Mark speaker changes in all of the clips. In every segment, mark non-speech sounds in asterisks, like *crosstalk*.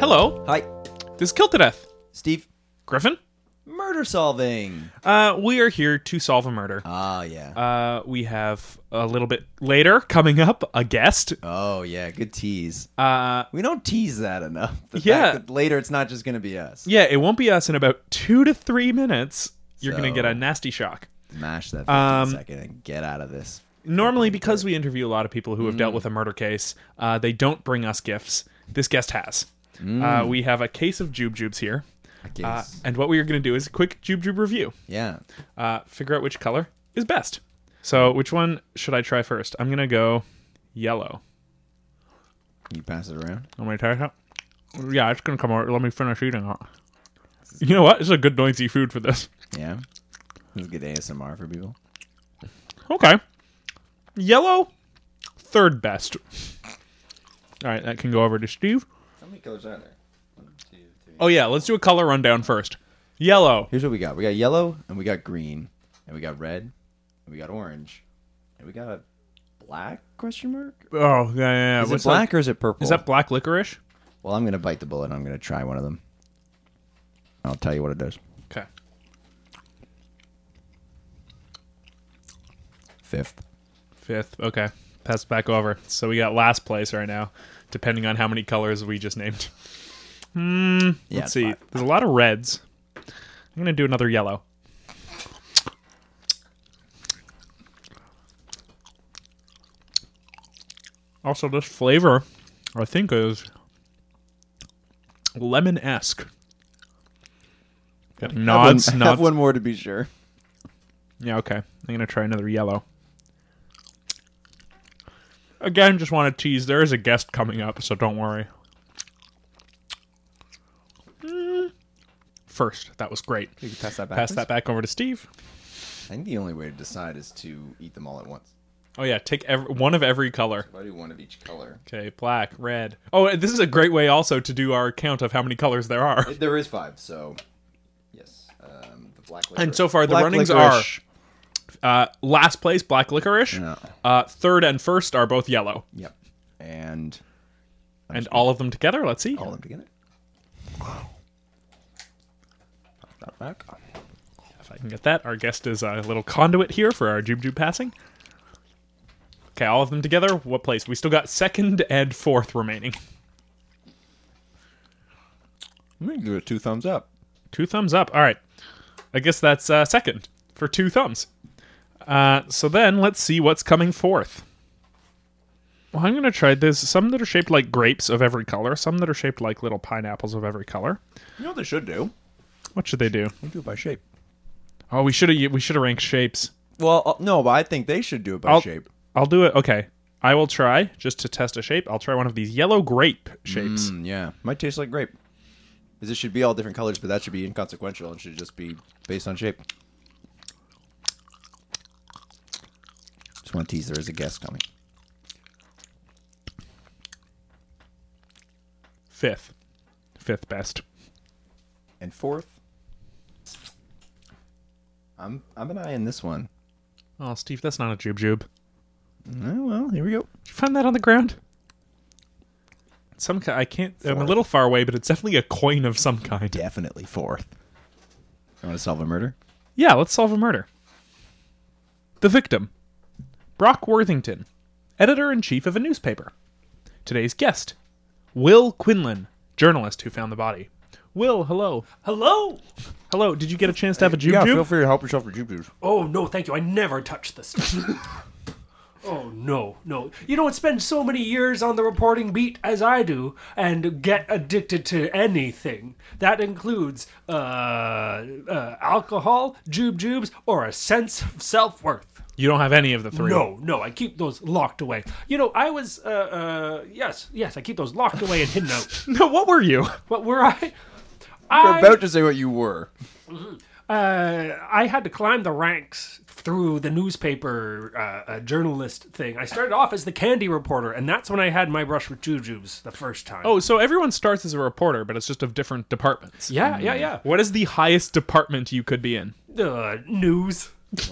Speaker 1: Hello,
Speaker 2: Hi,
Speaker 1: this is Kill to Death.
Speaker 2: Steve.
Speaker 1: Griffin,
Speaker 2: Murder solving.
Speaker 1: uh, we are here to solve a murder.
Speaker 2: Oh yeah.
Speaker 1: Uh, we have a little bit later coming up a guest.
Speaker 2: oh yeah. Good tease.
Speaker 1: Uh,
Speaker 2: We don't tease that enough. The fact
Speaker 1: Yeah.
Speaker 2: that later, it's not just going to be us.
Speaker 1: yeah, it won't be us in about two to three minutes. You're going
Speaker 2: So-
Speaker 1: to get a nasty shock.
Speaker 2: Smash that 15
Speaker 1: Um,
Speaker 2: second and get out of this.
Speaker 1: Normally, because we interview a lot of people who have dealt with a murder case, uh, they don't bring us gifts. This guest has. Uh, we have a case of Jube Jubes here.
Speaker 2: Okay.
Speaker 1: Uh, and what we are going to do is a quick Jube Jube review.
Speaker 2: yeah.
Speaker 1: Uh, figure out which color is best. So, which one should I try first? I'm going to go yellow.
Speaker 2: Can you pass it around?
Speaker 1: Let me try that. Yeah, it's gonna come out. Let me finish eating it. You know what? It's a good noisy food for this.
Speaker 2: Yeah. This is good ASMR for people.
Speaker 1: Okay. Yellow, third best. All right, that can go over to Steve.
Speaker 2: How many colors are there?
Speaker 1: Oh yeah, let's do a color rundown first. Yellow.
Speaker 2: Here's what we got. We got yellow, and we got green, and we got red, and we got orange, and we got a black question mark.
Speaker 1: Oh yeah, yeah. yeah.
Speaker 2: Is
Speaker 1: What's
Speaker 2: it black or is it purple?
Speaker 1: That? Is that black licorice?
Speaker 2: Well, I'm gonna bite the bullet. and I'm gonna try one of them. I'll tell you what it does.
Speaker 1: Okay.
Speaker 2: Fifth.
Speaker 1: Fifth. Okay. Pass it back over. So we got last place right now, depending on how many colors we just named. Hmm,
Speaker 2: Yeah,
Speaker 1: Let's
Speaker 2: it's
Speaker 1: see.
Speaker 2: fine.
Speaker 1: There's a lot of reds. I'm gonna do another yellow. Also, this flavor, I think, is lemon esque.
Speaker 2: *laughs*
Speaker 1: Nods,
Speaker 2: have one,
Speaker 1: nods.
Speaker 2: Have one more to be sure.
Speaker 1: Yeah, okay. I'm gonna try another yellow. Again, just want to tease. There is a guest coming up, so don't worry. Mm. First, that was great.
Speaker 2: You can pass that back.
Speaker 1: Pass that back over to Steve.
Speaker 2: I think the only way to decide is to eat them all at once.
Speaker 1: Oh yeah, take ev one of every color.
Speaker 2: If I do one of each color,
Speaker 1: Okay, black, red. Oh, and this is a great way also to do our count of how many colors there are.
Speaker 2: there is five. So, yes, um, the black.
Speaker 1: And so far, the
Speaker 2: Black
Speaker 1: runnings
Speaker 2: licorice.
Speaker 1: are uh, last place black licorice.
Speaker 2: Yeah.
Speaker 1: Uh, third and first are both yellow.
Speaker 2: Yep. And
Speaker 1: And all of them together. Let's see.
Speaker 2: all of them together. Pass that back.
Speaker 1: If I can get that, our guest is a little conduit here for our Jube Jube passing. Okay, all of them together. What place? We still got second and fourth remaining.
Speaker 2: I'm gonna give it two thumbs up.
Speaker 1: Two thumbs up. All right. I guess that's uh, second for two thumbs. Uh, so then let's see what's coming forth. Well, I'm going to try this. Some that are shaped like grapes of every color, some that are shaped like little pineapples of every color.
Speaker 2: You know what they should do?
Speaker 1: What should they do?
Speaker 2: They do it by shape.
Speaker 1: Oh, we should have we should have ranked shapes.
Speaker 2: Well, uh, no, but I think they should do it by
Speaker 1: I'll-
Speaker 2: shape.
Speaker 1: I'll do it. Okay. I will try just to test a shape. I'll try one of these yellow grape shapes.
Speaker 2: Mm, yeah, might taste like grape. Because it should be all different colors, but that should be inconsequential and should just be based on shape. Just want to tease there is a guest coming.
Speaker 1: Fifth. Fifth best.
Speaker 2: And fourth, I'm I'm an eye in this one.
Speaker 1: Oh, Steve, that's not a jube jube.
Speaker 2: Oh, well, here we go.
Speaker 1: Did you find that on the ground? Some ki- I can't. i I'm a
Speaker 2: Fourth.
Speaker 1: little far away, but it's definitely a coin of some kind.
Speaker 2: Definitely fourth. You want to solve a murder?
Speaker 1: Yeah, let's solve a murder. The victim Brock Worthington, editor in chief of a newspaper. Today's guest Will Quinlan, journalist who found the body. Will, hello.
Speaker 3: Hello?
Speaker 1: Hello, did you get a chance to have a jube jube?
Speaker 2: free to help yourself with juju.
Speaker 3: Oh no, thank you. I never touch this. oh no, no. You don't spend so many years on the reporting beat as I do and get addicted to anything. That includes uh, uh alcohol, jube jubes, or a sense of self worth.
Speaker 1: You don't have any of the three. *laughs*
Speaker 3: No, no, I keep those locked away. You know, I was uh, uh yes, yes, I keep those locked away and hidden out.
Speaker 1: No, what were you?
Speaker 3: What were I? I,
Speaker 4: about to say what you were.
Speaker 3: uh, I had to climb the ranks through the newspaper uh, uh, journalist thing. I started off as the candy reporter, and that's when I had my brush with jujubes the first time.
Speaker 1: Oh, so everyone starts as a reporter, but it's just of different departments. Mm.
Speaker 3: yeah, yeah, yeah.
Speaker 1: What is the highest department you could be in?
Speaker 3: Uh, news.
Speaker 1: That's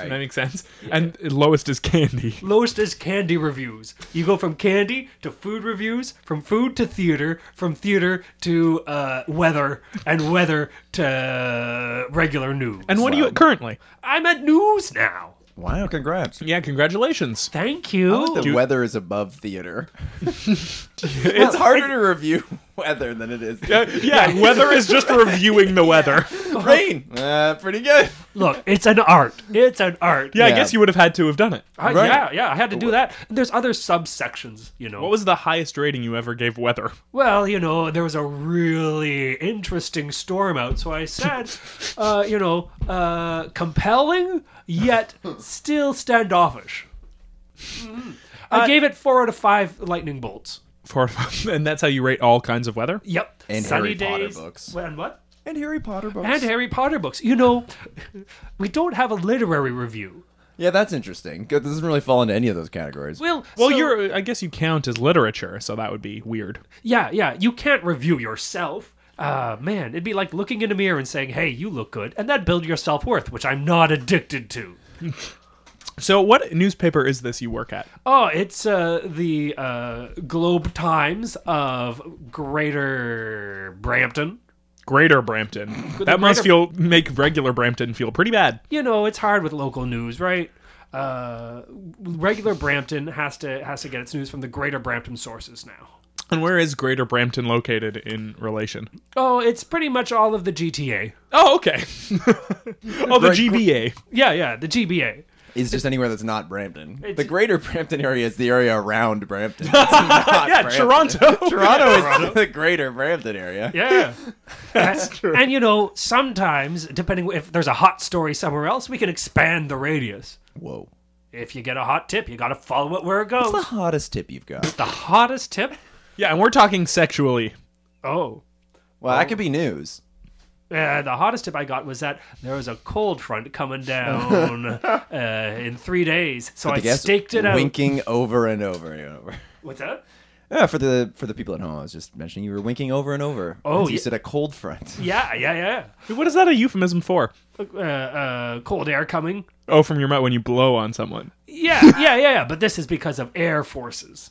Speaker 1: that makes sense. And lowest is candy.
Speaker 3: Lowest is candy reviews. You go from candy to food reviews, from food to theater, from theater to uh, weather, and weather to regular news.
Speaker 1: And what are you at currently?
Speaker 3: I'm at news now.
Speaker 4: Wow, congrats.
Speaker 1: Yeah, congratulations.
Speaker 3: Thank you.
Speaker 1: Oh,
Speaker 4: The weather is above
Speaker 3: *laughs*
Speaker 4: theater. *laughs* it's harder to review *laughs* weather than it is.
Speaker 1: Uh, yeah, *laughs* weather is just reviewing the weather.
Speaker 4: Rain. Uh, pretty good.
Speaker 3: Look, it's an art. It's an art.
Speaker 1: Yeah, I
Speaker 4: Yeah.
Speaker 1: guess you would have had to have done it.
Speaker 3: I-
Speaker 4: Right.
Speaker 3: Yeah, yeah, I had to do that. There's other subsections, you know.
Speaker 1: What was the highest rating you ever gave weather?
Speaker 3: well, you know, there was a really interesting storm out, so I said, uh, you know, uh, compelling yet still standoffish. Mhm. I gave it four out of five lightning bolts.
Speaker 1: Four, *laughs* and that's how you rate all kinds of weather.
Speaker 3: Yep.
Speaker 4: And
Speaker 3: Sunny
Speaker 4: Harry Potter
Speaker 3: days.
Speaker 4: books.
Speaker 3: And what?
Speaker 4: And Harry Potter books.
Speaker 3: And Harry Potter books. You know, we don't have a literary review.
Speaker 4: yeah, that's interesting. 'cause It doesn't really fall into any of those categories.
Speaker 3: Well,
Speaker 1: Well,
Speaker 3: so-
Speaker 1: you're. I guess you count as literature, so that would be weird.
Speaker 3: Yeah, yeah. You can't review yourself. Uh, man, it'd be like looking in a mirror and saying, hey, you look good, and then build your self worth, which I'm not addicted to.
Speaker 1: So, what newspaper is this you work at?
Speaker 3: Oh, it's uh, the uh, Globe Times of Greater Brampton.
Speaker 1: Greater Brampton. that must feel make regular Brampton feel pretty bad.
Speaker 3: You know, it's hard with local news, right? Uh, regular Brampton has to has to get its news from the Greater Brampton sources now.
Speaker 1: And where is Greater Brampton located in relation?
Speaker 3: Oh, it's pretty much all of the GTA.
Speaker 1: Oh, *laughs* okay. oh, the GBA.
Speaker 3: Yeah, yeah, the GBA.
Speaker 4: It's just anywhere that's not Brampton.
Speaker 3: It's-
Speaker 4: the greater Brampton area is the area around
Speaker 3: *laughs*
Speaker 4: Brampton. It's not
Speaker 1: Yeah,
Speaker 4: Brampton.
Speaker 1: *laughs* Toronto.
Speaker 4: Toronto is *laughs* the greater Brampton area.
Speaker 3: Yeah. *laughs* That's true. And you know, sometimes depending if there's a hot story somewhere else, we can expand the radius.
Speaker 4: Whoa.
Speaker 3: If you get a hot tip, you got to follow it where it goes.
Speaker 4: What's the hottest tip you've got?
Speaker 3: the hottest tip?
Speaker 1: yeah, and we're talking sexually.
Speaker 3: Oh.
Speaker 4: Well, that could be news.
Speaker 3: Uh, the hottest tip I got was that there was a cold front *laughs* coming down uh, in three days, so Oh, I
Speaker 4: I guess
Speaker 3: staked it out.
Speaker 4: winking over and over and over. *laughs*
Speaker 3: What's that?
Speaker 4: Yeah, for the for the people at home, I was just mentioning you were winking over and over.
Speaker 3: Oh,
Speaker 4: you
Speaker 3: yeah.
Speaker 4: said a cold front.
Speaker 3: Yeah, yeah,
Speaker 1: What is that a euphemism for?
Speaker 3: yeah. Uh, uh, cold air coming.
Speaker 1: Oh, from your mouth when you blow on someone.
Speaker 3: *laughs* Yeah, yeah, yeah, yeah. But this is because of air forces.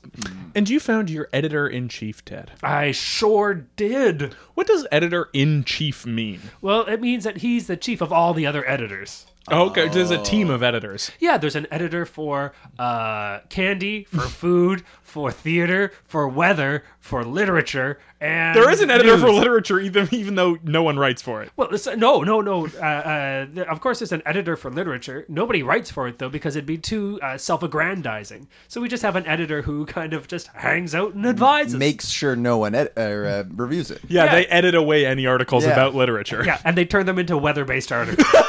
Speaker 1: And you found your editor in chief, Ted.
Speaker 3: I sure did.
Speaker 1: What does editor in chief mean?
Speaker 3: Well, it means that he's the chief of all the other editors.
Speaker 1: Oh, okay, there's a team of editors.
Speaker 3: Yeah, there's an editor for uh, candy, *laughs* for food, for theater, for weather, for literature, and
Speaker 1: There is an editor for
Speaker 3: news.
Speaker 1: literature, even even though no one writes for it.
Speaker 3: Well, it's- no, no, no. Uh, uh, th- of course, there's an editor for literature. Nobody writes for it though, because it'd be too uh, self-aggrandizing. So we just have an editor who kind of just hangs out and advises.
Speaker 4: Makes sure no one ed- or, uh, reviews it.
Speaker 1: Yeah,
Speaker 3: Yeah.
Speaker 1: they edit away any articles
Speaker 4: Yeah.
Speaker 1: about literature.
Speaker 3: yeah, and they turn them into weather-based articles. *laughs*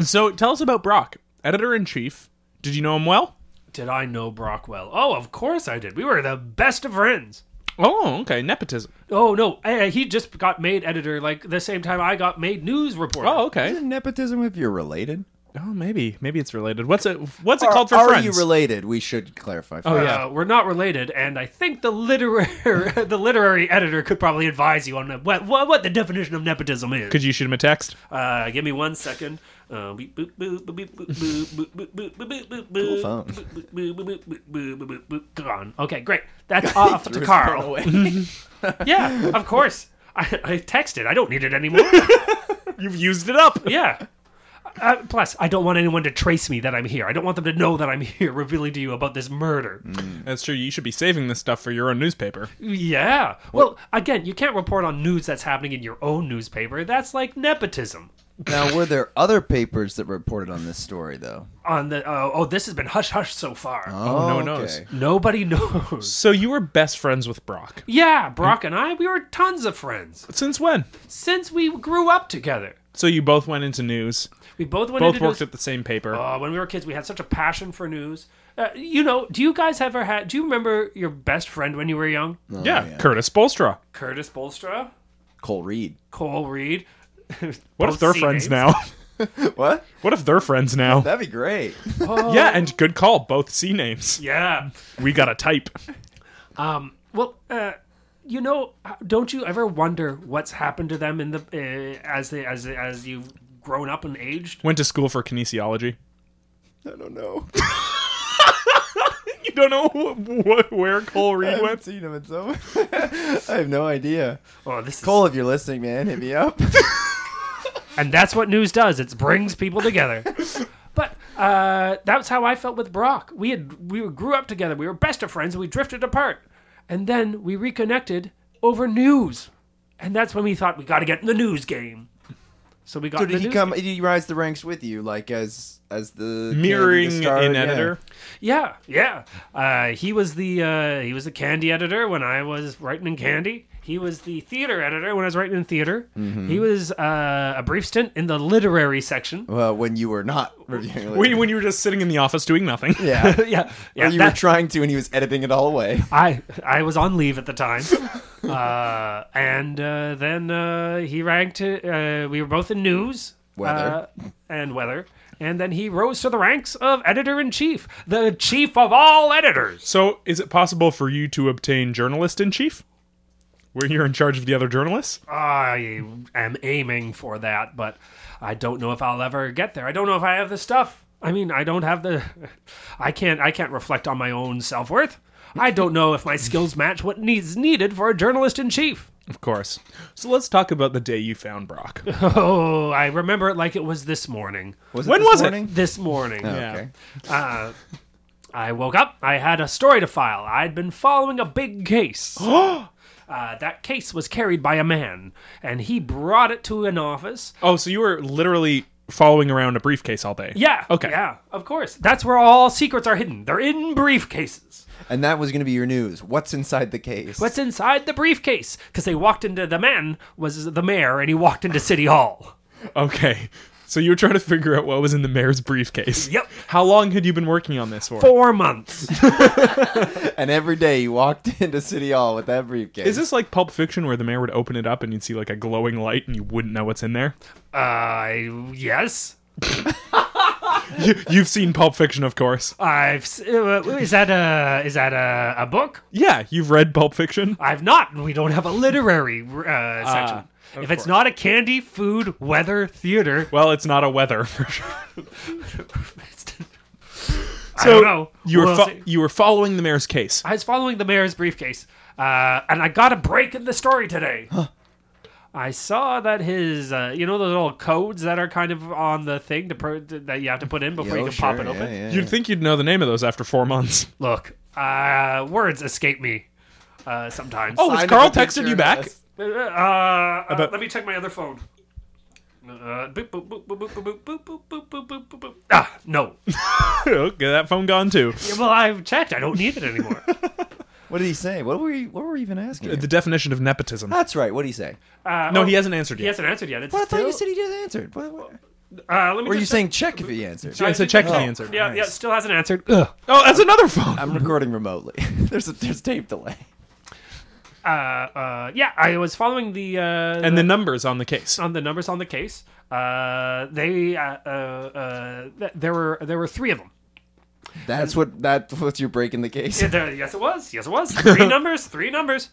Speaker 1: So tell us about Brock, editor in chief. Did you know him well?
Speaker 3: did I know Brockwell? Oh, of course I did. We were the best of friends.
Speaker 1: Oh, okay, nepotism.
Speaker 3: Oh no, uh, he just got made editor like the same time I got made news reporter.
Speaker 1: Oh, okay.
Speaker 4: Isn't Nepotism if you're related.
Speaker 1: Oh, maybe maybe it's related. What's it? What's it called for
Speaker 4: are
Speaker 1: friends?
Speaker 4: you related? We should clarify.
Speaker 1: Oh,
Speaker 4: first.
Speaker 1: yeah.
Speaker 3: Uh, we're not related, and I think the literary *laughs* the literary editor could probably advise you on what what, what the definition of nepotism is.
Speaker 1: Could you shoot him a text?
Speaker 3: Uh, give me one second. Uh, beep, boop, boop, boop, boop, boop, boop, boop, boop, boop, boop, boop, boop,
Speaker 4: phone.
Speaker 3: boop, boop, boop, boop, boop, boop, boop, boop. Gone. Okay, great. That's off to Carl. *laughs* Yeah, of course. I, I texted. I don't need it anymore.
Speaker 1: *laughs* You've used it up.
Speaker 3: Yeah. Uh, plus, I don't want anyone to trace me that I'm here. I don't want them to know that I'm *laughs* here, revealing to you about this murder.
Speaker 1: That's true. You should be saving this stuff for your own newspaper.
Speaker 3: Yeah. Well, again, you can't report on news that's happening in your own newspaper. That's like nepotism.
Speaker 4: now, were there other papers that reported on this story though?
Speaker 3: On the uh, oh, this has been hush hush so far.
Speaker 1: Oh, no
Speaker 4: Oh,
Speaker 1: one knows. *laughs*
Speaker 3: Nobody knows.
Speaker 1: So you were best friends with Brock.
Speaker 3: Yeah, Brock and I, we were tons of friends
Speaker 1: Since when?
Speaker 3: since we grew up together.
Speaker 1: So you both went into news.
Speaker 3: We both went
Speaker 1: Both
Speaker 3: into
Speaker 1: worked
Speaker 3: news.
Speaker 1: at the same paper.
Speaker 3: Uh, when we were kids, we had such a passion for news. Uh, you know, do you guys ever had? Do you remember your best friend when you were young?
Speaker 4: Oh,
Speaker 1: yeah, Curtis Bolstra.
Speaker 3: Curtis Bolstra,
Speaker 4: Cole Reed.
Speaker 3: Cole Reed.
Speaker 1: What if they're friends now?
Speaker 4: *laughs*
Speaker 1: *laughs*
Speaker 4: What?
Speaker 1: what if they're friends now?
Speaker 4: That'd be great.
Speaker 1: yeah, and good call. Both C names.
Speaker 3: Yeah.
Speaker 1: We got a type.
Speaker 3: Um, well, uh, you know, don't you ever wonder what's happened to them in the uh, as they as as you've grown up and aged?
Speaker 1: Went to school for kinesiology.
Speaker 4: *laughs* I don't know. *laughs*
Speaker 1: You *laughs* don't know wh- wh- where Cole
Speaker 3: Uh,
Speaker 1: Reed
Speaker 4: I have
Speaker 1: went?
Speaker 4: seen him in so. *laughs* I have no idea.
Speaker 3: Oh, this is
Speaker 4: Cole, if you're listening, man, hit me
Speaker 1: *laughs*
Speaker 4: up.
Speaker 3: and that's what news does. It brings
Speaker 4: *laughs*
Speaker 3: people together. but uh, that's how I felt with Brock. We had we grew up together. We were best of friends. and We drifted apart, and then we reconnected over news, and that's when we thought we got to get in the news game. So we got.
Speaker 4: So
Speaker 3: in
Speaker 4: did
Speaker 3: the
Speaker 4: he
Speaker 3: news
Speaker 4: come?
Speaker 3: game.
Speaker 4: Did he rise the ranks with you, like as as the
Speaker 1: Mirroring
Speaker 4: the star-
Speaker 1: an
Speaker 4: yeah.
Speaker 1: editor.
Speaker 3: Yeah, yeah. Uh, he was the uh, he was the candy editor when I was writing in candy. He was the theater editor when I was writing in theater.
Speaker 4: Mm-hmm.
Speaker 3: He was uh, a brief stint in the literary section.
Speaker 4: Well, when you were not reviewing,
Speaker 1: When, when you were just sitting in the office doing nothing.
Speaker 4: *laughs* yeah,
Speaker 1: *laughs*
Speaker 3: yeah,
Speaker 4: or
Speaker 3: yeah.
Speaker 4: you
Speaker 3: that-
Speaker 4: were trying to, and he was editing it all away.
Speaker 3: *laughs* I I was on leave at
Speaker 4: *laughs*
Speaker 3: the time, uh, and uh, then uh, he ranked. Uh, we were both in news,
Speaker 4: Weather.
Speaker 3: uh, and weather, and then he rose to the ranks of editor in chief, the chief of all editors.
Speaker 1: So, is it possible for you to obtain journalist in chief? Where you're in charge of the other journalists?
Speaker 3: I am aiming for that, but I don't know if I'll ever get there. I don't know if I have the stuff. I mean, I don't have the. I can't. I can't reflect on my own self worth. I don't know if my skills match what needs needed for a journalist in chief. *laughs*
Speaker 1: Of course. So, let's talk about the day you found Brock.
Speaker 3: Oh, I remember it like it was this morning.
Speaker 4: Was
Speaker 1: When
Speaker 4: this
Speaker 1: was it?
Speaker 4: morning?
Speaker 3: This morning,
Speaker 1: Yeah.
Speaker 4: Okay.
Speaker 3: uh, I woke up. I had a story to file. I'd been following a big case. Uh, that case was carried by a man, and he brought it to an office.
Speaker 1: Oh, so you were literally following around a briefcase all day?
Speaker 3: Yeah.
Speaker 1: Okay.
Speaker 3: Yeah, of course. That's where all secrets are hidden. They're in briefcases.
Speaker 4: And that was going to be your news. What's inside the case?
Speaker 3: What's inside the briefcase? Because they walked into the man was the mayor, and he walked into City Hall.
Speaker 1: Okay. So you were trying to figure out what was in the mayor's briefcase.
Speaker 3: Yep.
Speaker 1: How long had you been working on this for?
Speaker 3: Four months.
Speaker 1: *laughs*
Speaker 3: Uh,
Speaker 4: and every day you walked *laughs* into City Hall with that briefcase.
Speaker 1: Is this like Pulp Fiction where the mayor would open it up and you'd see like a glowing light and you wouldn't know what's in there? *laughs*
Speaker 3: uh, yes.
Speaker 1: You, you've seen Pulp Fiction, of course.
Speaker 3: I've s- uh, is that a is that a, a book?
Speaker 1: Yeah, you've read Pulp Fiction.
Speaker 3: I've not. We don't have a literary uh, section.
Speaker 1: of
Speaker 3: if it's
Speaker 1: course.
Speaker 3: not a candy, food, weather, theater,
Speaker 1: Well, it's not a weather *laughs* for sure.
Speaker 3: I don't know.
Speaker 1: You were
Speaker 3: We'll
Speaker 1: fo-
Speaker 3: see.
Speaker 1: you were following the mayor's case.
Speaker 3: I was following the mayor's briefcase, uh, and I got a break in the story today. I saw that his, uh, you know, those little codes that are kind of on the thing to pro- that you have to put in before
Speaker 4: Oh,
Speaker 3: you can
Speaker 4: sure,
Speaker 3: pop it
Speaker 4: yeah,
Speaker 3: open.
Speaker 4: yeah,
Speaker 1: You'd
Speaker 4: yeah.
Speaker 1: think you'd know the name of those after four
Speaker 3: *laughs*
Speaker 1: months.
Speaker 3: Look, uh, words escape me uh, sometimes.
Speaker 1: Oh, has
Speaker 4: Sign
Speaker 1: Carl
Speaker 4: of a picture
Speaker 1: texted you
Speaker 4: of
Speaker 1: back? *laughs*
Speaker 4: us.
Speaker 3: Uh, uh,
Speaker 1: About-
Speaker 3: let me check my other phone. Uh, boop, boop, boop, boop, boop, boop, boop, boop, boop, boop, boop, boop, boop. Ah,
Speaker 4: *laughs*
Speaker 3: no.
Speaker 1: okay, Oh, that phone gone too.
Speaker 3: Yeah, well, I've checked. I don't need it
Speaker 4: *laughs*
Speaker 3: anymore.
Speaker 4: What did he say? What were you, what were we even asking? him?
Speaker 1: The definition of nepotism.
Speaker 4: That's right. What did he say?
Speaker 3: Uh,
Speaker 1: No,
Speaker 3: oh,
Speaker 1: he hasn't answered
Speaker 3: He
Speaker 1: yet.
Speaker 3: hasn't answered yet. It's
Speaker 4: Well, I thought
Speaker 3: still,
Speaker 4: you said he just answered. What, what?
Speaker 3: Uh, let me
Speaker 4: Were you
Speaker 3: just
Speaker 4: saying check if he answered?
Speaker 1: Yeah, so check if he answered.
Speaker 3: Oh. Yeah, yeah,
Speaker 4: Nice.
Speaker 3: still hasn't answered. Ugh.
Speaker 1: Oh, that's another phone.
Speaker 4: I'm recording remotely. *laughs* there's a there's tape delay.
Speaker 3: Uh, uh, yeah, I was following the uh,
Speaker 1: and the numbers on the case.
Speaker 3: on the numbers on the case. Uh, they uh, uh, uh, th- there were there were three of them.
Speaker 4: That's what that's what you're breaking the case.
Speaker 3: Yeah, there- yes, it was. Yes,
Speaker 1: *laughs*
Speaker 3: it was. Three numbers. Three numbers.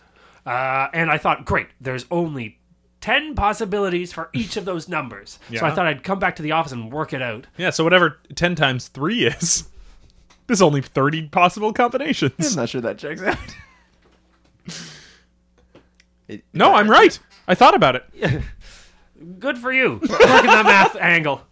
Speaker 3: Uh, and I thought, great. There's only ten possibilities for each of those numbers. So I
Speaker 1: Yeah.
Speaker 3: thought I'd come back to the office and work it out.
Speaker 1: Yeah, so whatever 10 times 3 is, *laughs* there's only 30 possible
Speaker 4: *laughs* I'm
Speaker 1: combinations.
Speaker 4: not sure that checks out. It-
Speaker 1: No, I'm right. I thought about it.
Speaker 3: Good for you. Working that
Speaker 1: *laughs*
Speaker 3: math angle.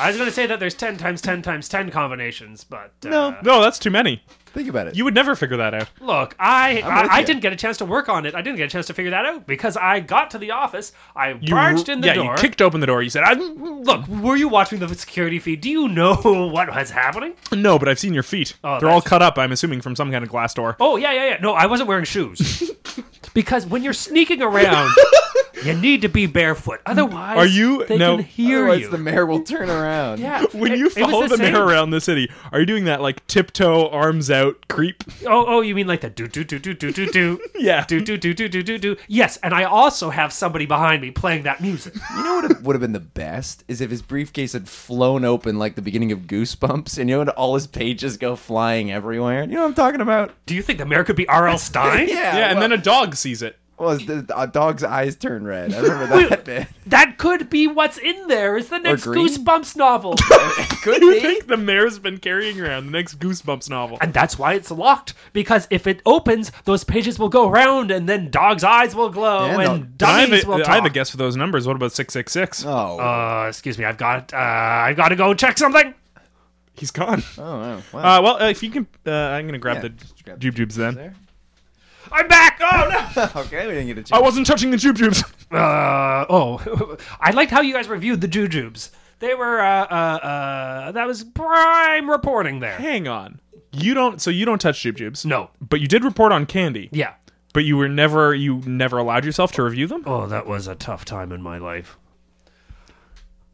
Speaker 3: I was going to say that there's ten times ten times ten combinations, but uh,
Speaker 4: No.
Speaker 1: No, that's too many.
Speaker 4: Think about it.
Speaker 1: You would never figure that out.
Speaker 3: Look, I I,
Speaker 4: with
Speaker 3: I
Speaker 4: you.
Speaker 3: didn't get a chance to work on it. I didn't get a chance to figure that out because I got to the office. I
Speaker 1: You
Speaker 3: barged in the
Speaker 1: yeah,
Speaker 3: door.
Speaker 1: you kicked open the door. You said, "I
Speaker 3: Look, were you watching the security feed? Do you know *laughs* what was happening?
Speaker 1: no, but I've seen your feet.
Speaker 3: Oh,
Speaker 1: They're all
Speaker 3: that's-
Speaker 1: cut up. I'm assuming from some kind of glass door." *laughs*
Speaker 3: Oh yeah, yeah, yeah. No, I wasn't wearing shoes because when you're sneaking around, You need to be barefoot, otherwise,
Speaker 1: Are you-
Speaker 3: They
Speaker 1: no,
Speaker 3: can hear
Speaker 4: Otherwise,
Speaker 3: you.
Speaker 4: the mayor will turn around.
Speaker 3: yeah,
Speaker 1: *laughs* When
Speaker 3: it-
Speaker 1: you
Speaker 3: it was
Speaker 1: follow the,
Speaker 3: same-
Speaker 1: mayor around the city, are you doing that like tiptoe, arms out, creep?
Speaker 3: Oh, oh, you mean like the do do do do do do do?
Speaker 1: *laughs* Yeah.
Speaker 3: do do do do do do do. Yes, and I also have somebody behind me playing that music.
Speaker 4: You know what would have been the best is if his briefcase had flown open like the beginning of Goosebumps, and you know, and all his pages go flying everywhere. You know what I'm talking about?
Speaker 3: Do you think the mayor could be R.L.
Speaker 1: *laughs*
Speaker 3: Stein?
Speaker 1: Yeah, and then a dog
Speaker 4: *laughs*
Speaker 1: sees it.
Speaker 4: well, the, a dog's eyes turn red. I remember that bit.
Speaker 3: That could be what's in there. Is the next
Speaker 4: green. *laughs*
Speaker 3: Goosebumps novel,
Speaker 4: Could
Speaker 1: You
Speaker 4: be.
Speaker 1: think the mayor's been carrying around the next Goosebumps novel?
Speaker 3: and that's why it's locked. Because if it opens, those pages will go round, and then dogs' eyes will glow,
Speaker 4: Yeah,
Speaker 3: and
Speaker 4: no.
Speaker 1: I have,
Speaker 3: dummies
Speaker 1: a-
Speaker 3: will talk.
Speaker 1: I have a guess for those numbers. What about six six six?
Speaker 4: Oh,
Speaker 3: Uh, excuse me, I've got, uh, I've got to go check something.
Speaker 1: He's gone.
Speaker 4: oh, wow. wow.
Speaker 1: Uh, well, uh, if you can, uh, I'm gonna grab
Speaker 4: Yeah,
Speaker 1: the
Speaker 4: just grab the
Speaker 1: jube jubes then.
Speaker 4: there.
Speaker 3: I'm back. Oh
Speaker 4: *laughs* okay, we didn't get a chance.
Speaker 1: I wasn't touching the jube jubes. *laughs*
Speaker 4: *laughs*
Speaker 3: no. uh, oh, *laughs* I liked how you guys reviewed the Jujubes. They were, uh, uh, uh, that was prime reporting there.
Speaker 1: Hang on. You don't. So you don't touch jube jubes.
Speaker 3: No.
Speaker 1: But you did report on candy.
Speaker 3: Yeah.
Speaker 1: But you were never. You never allowed yourself to review them.
Speaker 3: Oh, that was a tough time in my life.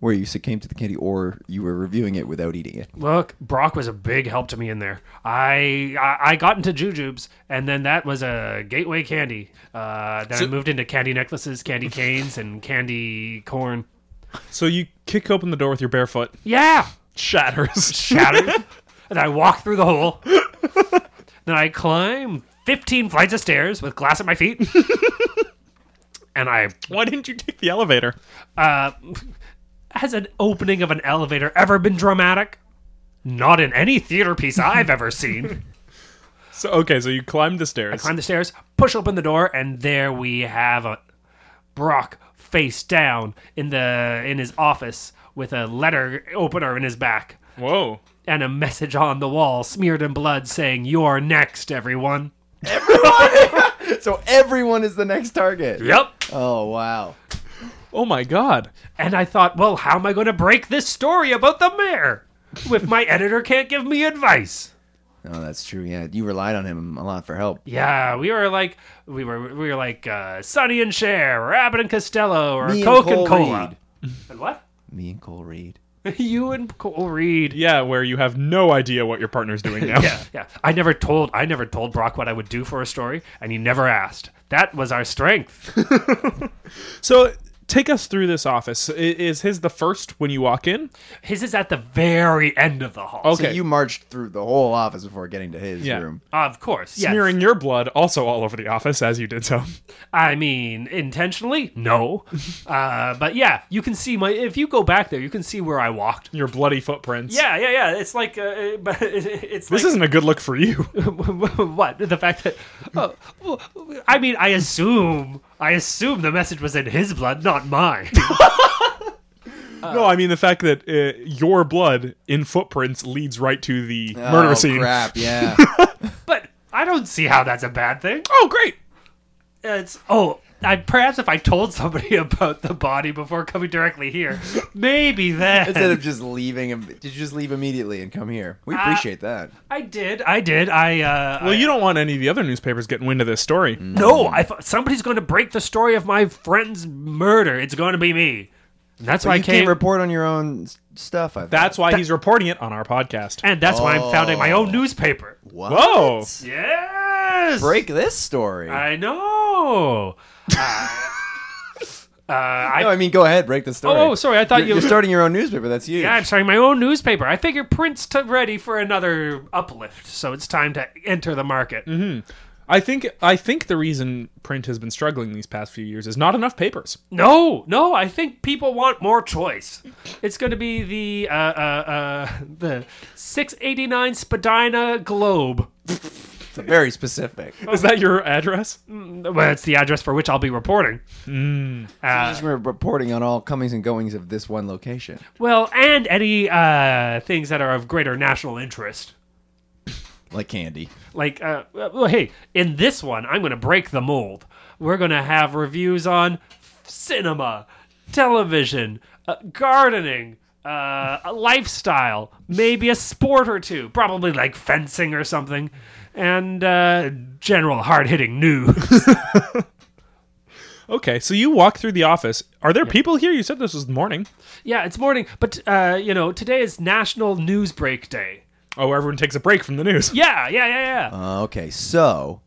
Speaker 4: Where you succumbed to the candy, or you were reviewing it without eating it. *laughs*
Speaker 3: Look, Brock was a big help to me in there. I I, I got into jujubes, and then that was a gateway candy. Uh, then I moved into candy necklaces, candy canes, and candy corn.
Speaker 1: So you kick open the door with your bare foot.
Speaker 3: Yeah,
Speaker 1: Shatters.
Speaker 3: *laughs* shattered. and I walked through the hole. then I climbed fifteen flights of stairs with glass at my feet, and I
Speaker 1: Why didn't you take the elevator?
Speaker 3: uh, has an opening of an elevator ever been dramatic? Not in any theater piece I've ever seen.
Speaker 1: So okay. So you climbed the stairs.
Speaker 3: climb the stairs, push open the door, and there we have a Brock face down in the in his office with a letter opener in his back
Speaker 1: Whoa.
Speaker 3: and a message on the wall smeared in blood saying, "You're next, everyone."
Speaker 4: So everyone is the next target.
Speaker 3: Yep.
Speaker 4: Oh wow.
Speaker 1: Oh my god.
Speaker 3: And I thought, well, how am I going to break this story about the mayor if my editor can't give me advice?
Speaker 4: Oh, that's true. Yeah, you relied on him a lot for help.
Speaker 3: Yeah, we were like we were we were like uh, Sonny and Cher, or Abbott and Costello, or
Speaker 4: Me and
Speaker 3: Coke and,
Speaker 4: Cole
Speaker 3: Cola. And what? *laughs*
Speaker 4: Me and Cole Reed.
Speaker 3: you and Cole Reed.
Speaker 1: Yeah, where you have no idea what your partner's doing now.
Speaker 3: *laughs* yeah, yeah. I never told I never told Brock what I would do for a story, and he never asked. That was our strength.
Speaker 1: So take us through this office. I- Is his the first when you walk in?
Speaker 3: His is at the very end of the hall.
Speaker 1: Okay.
Speaker 4: So you marched through the whole office before getting to his
Speaker 1: Yeah.
Speaker 4: room.
Speaker 3: Of course, yes.
Speaker 1: Smearing your blood also all over the office as you did so. *laughs*
Speaker 3: I mean, intentionally, *laughs* no. uh, but yeah, you can see my. If you go back there, you can see where I walked.
Speaker 1: Your bloody footprints.
Speaker 3: Yeah, yeah, yeah. It's like, uh, *laughs* but it's
Speaker 1: This
Speaker 3: like,
Speaker 1: isn't a good look for you.
Speaker 3: *laughs* what the fact that. Oh, well, I mean, I assume, I assume the message was in his blood, not mine.
Speaker 1: no, I mean the fact that uh, your blood in footprints leads right to the murder
Speaker 4: oh,
Speaker 1: scene. *laughs*
Speaker 4: Crap. Yeah.
Speaker 3: *laughs* but I don't see how that's a bad thing.
Speaker 1: Oh, great.
Speaker 3: it's oh I, perhaps if I told somebody *laughs* about the body before coming directly here, maybe then
Speaker 4: Instead of just leaving him, did you just leave immediately and come here? We appreciate that.
Speaker 3: I did, I did, I. Uh,
Speaker 1: Well,
Speaker 3: I-
Speaker 1: you don't want any of the other newspapers getting wind of this story.
Speaker 3: no, I thought somebody's going to break the story of my friend's murder. It's going to be me. And that's why I
Speaker 4: you can't
Speaker 3: came,
Speaker 4: report on your own s- stuff. I thought.
Speaker 1: That's why he's reporting it on our podcast.
Speaker 3: and that's why I'm founding my
Speaker 4: Oh.
Speaker 3: own newspaper.
Speaker 4: what?
Speaker 1: Whoa.
Speaker 3: Yes,
Speaker 4: Break this story.
Speaker 3: I know. uh, uh, I.
Speaker 4: no, I mean go ahead. Break the story.
Speaker 3: Oh, sorry. I thought
Speaker 4: You're,
Speaker 3: you.
Speaker 4: you're starting your own newspaper. That's you.
Speaker 3: Yeah, I'm starting my own newspaper. I figure print's t- ready for another uplift, so it's time to enter the market.
Speaker 1: I think I think the reason print has been struggling these past few years is not enough papers.
Speaker 3: No, no, I think people want more choice. It's going to be the uh, uh, uh, the 689 Spadina Globe.
Speaker 4: It's very specific.
Speaker 1: Is that your address?
Speaker 3: Well, it's the address for which I'll be reporting.
Speaker 4: We're just reporting on all comings and goings of this one location.
Speaker 3: Well, and any uh, things that are of greater national interest.
Speaker 4: Like candy.
Speaker 3: Like, uh, well, hey, in this one, I'm going to break the mold. We're going to have reviews on cinema, television, uh, gardening, uh, a lifestyle, maybe a sport or two, probably like fencing or something, and uh, general hard hitting news.
Speaker 1: Okay, so you walk through the office. Are there people here? You said this was morning.
Speaker 3: *laughs* Yeah, it's morning, but uh, you know, today is National News Break Day.
Speaker 1: Oh, everyone takes a break from the news.
Speaker 3: Yeah, yeah, yeah, yeah.
Speaker 2: Uh, okay, so